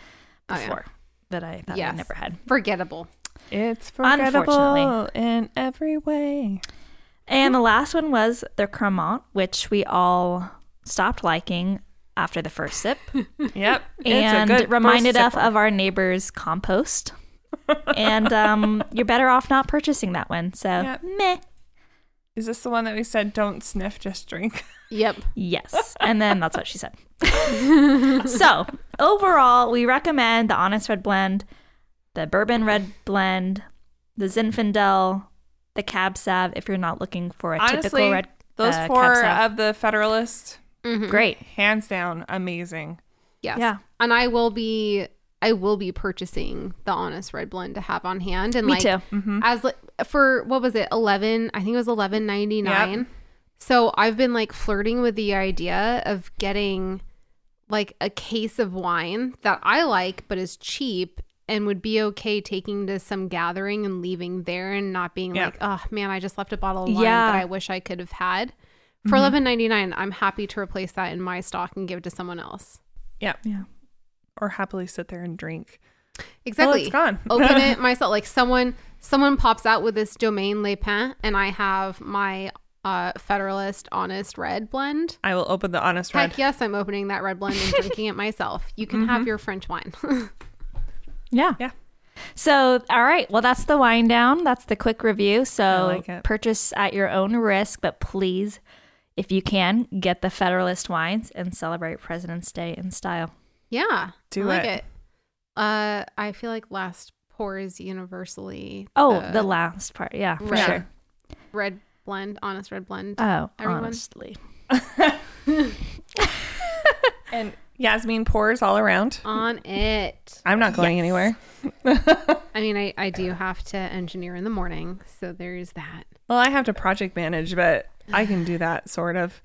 Speaker 3: Oh, yeah.
Speaker 2: before that I thought
Speaker 3: Yes.
Speaker 2: I never had.
Speaker 3: Forgettable.
Speaker 1: It's forgettable
Speaker 2: Unfortunately.
Speaker 1: in every way.
Speaker 2: And the last one was the Cremant, which we all stopped liking after the first sip.
Speaker 1: Yep.
Speaker 2: and reminded
Speaker 1: us
Speaker 2: us of our neighbor's compost. and um, you're better off not purchasing that one. So
Speaker 1: Yep.
Speaker 2: meh.
Speaker 1: Is this the one that we said don't sniff, just drink?
Speaker 3: Yep.
Speaker 2: Yes. And then that's what she said. so overall, we recommend the Honest Red Blend, the Bourbon Red Blend, the Zinfandel, the Cab Sav. If you're not looking for a typical
Speaker 1: Honestly,
Speaker 2: red,
Speaker 1: those
Speaker 2: uh, Cab
Speaker 1: four um,
Speaker 2: Sav.
Speaker 1: of the Federalist,
Speaker 2: great.
Speaker 1: hands down, amazing.
Speaker 3: Yes.
Speaker 2: Yeah.
Speaker 3: And I will be I will be purchasing the Honest Red Blend to have on hand and
Speaker 2: Me
Speaker 3: like
Speaker 2: too. Mm-hmm.
Speaker 3: as li- for what was it? 11, I think it was 11.99.
Speaker 1: Yep.
Speaker 3: So I've been like flirting with the idea of getting like a case of wine that I like but is cheap and would be okay taking to some gathering and leaving there and not being
Speaker 1: Yeah.
Speaker 3: like, "Oh man, I just left a bottle of wine
Speaker 2: Yeah. Mm-hmm.
Speaker 3: that I wish I could have had." For eleven ninety nine, I'm happy to replace that in my stock and give to someone else.
Speaker 1: Yep.
Speaker 2: Yeah.
Speaker 1: Or happily sit there and drink.
Speaker 3: Exactly.
Speaker 1: it's gone.
Speaker 3: Open it myself. Like someone someone pops out with this domain Le Pen and I have my uh, Federalist Honest Red blend.
Speaker 1: I will open the honest red. Mm-hmm.
Speaker 3: Heck yes, I'm opening that red blend and drinking it myself. You can have your French wine.
Speaker 2: Yeah.
Speaker 1: Yeah.
Speaker 2: So, all right. Well, that's the wind down. That's the quick review. So,
Speaker 1: like it.
Speaker 2: purchase at your own risk, but please, if you can, get the Federalist wines and celebrate President's Day in style.
Speaker 3: yeah.
Speaker 1: Do
Speaker 3: I like
Speaker 1: it.
Speaker 3: it. Uh I feel like last pour is universally
Speaker 2: Oh,
Speaker 3: uh,
Speaker 2: the last part. Yeah, for
Speaker 3: red,
Speaker 2: sure.
Speaker 3: red blend, honest red blend.
Speaker 1: Uh,
Speaker 2: Oh,
Speaker 3: Everyone.
Speaker 2: honestly.
Speaker 1: And Yasmin pours all around.
Speaker 3: on it.
Speaker 1: I'm not going anywhere.
Speaker 3: I mean, I, I do have to engineer in the morning, so there's that.
Speaker 1: Well, I have to project manage, but I can do that sort of.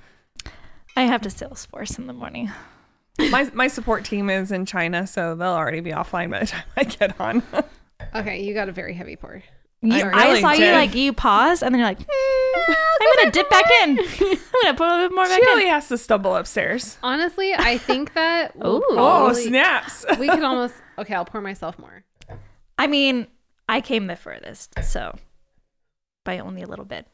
Speaker 2: I have to Salesforce in the morning.
Speaker 1: My my support team is in China, so they'll already be offline by the time I get on.
Speaker 3: Okay, you got a very heavy pour.
Speaker 2: You,
Speaker 1: I
Speaker 2: I
Speaker 1: really
Speaker 2: saw you
Speaker 1: did.
Speaker 2: like you pause and then you're like, "Mm, I'm gonna dip back in. I'm gonna put a little bit more back
Speaker 1: she
Speaker 2: in.
Speaker 1: only has to stumble upstairs.
Speaker 3: Honestly, I think that we'll
Speaker 2: Ooh.
Speaker 1: Oh,
Speaker 3: probably-
Speaker 1: snaps.
Speaker 3: we could almost okay. I'll pour myself more.
Speaker 2: I mean, I came the furthest, so by only a little bit.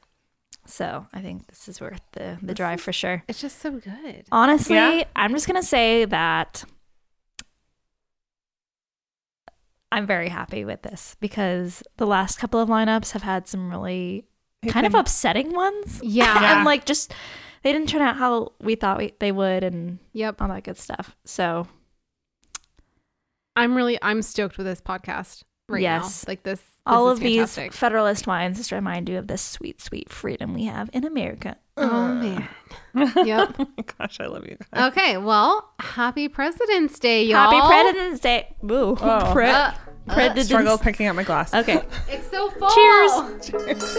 Speaker 2: So I think this is worth the, the drive for sure.
Speaker 3: It's just so good.
Speaker 2: Honestly,
Speaker 1: Yeah.
Speaker 2: I'm just gonna say that I'm very happy with this because the last couple of lineups have had some really kind of upsetting ones.
Speaker 3: Yeah.
Speaker 1: Yeah.
Speaker 2: and like just they didn't turn out how we thought we, they would, and
Speaker 3: Yep.
Speaker 2: all that good stuff. So
Speaker 3: I'm really I'm stoked with this podcast. right
Speaker 2: Yes.
Speaker 3: now. Like this, this
Speaker 2: All
Speaker 3: is
Speaker 2: of these
Speaker 3: fantastic.
Speaker 2: Federalist wines just remind you of this sweet, sweet freedom we have in America.
Speaker 3: Oh man. yep.
Speaker 1: Gosh, I love you. guys.
Speaker 3: Okay. Well, happy President's Day, y'all.
Speaker 2: Happy President's Day. Boo.
Speaker 1: Oh.
Speaker 2: Pre-
Speaker 3: Uh,
Speaker 2: President's-
Speaker 1: Struggle picking up my glass.
Speaker 2: Okay.
Speaker 3: It's so full.
Speaker 2: Cheers.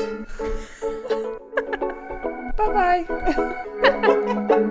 Speaker 1: Bye bye.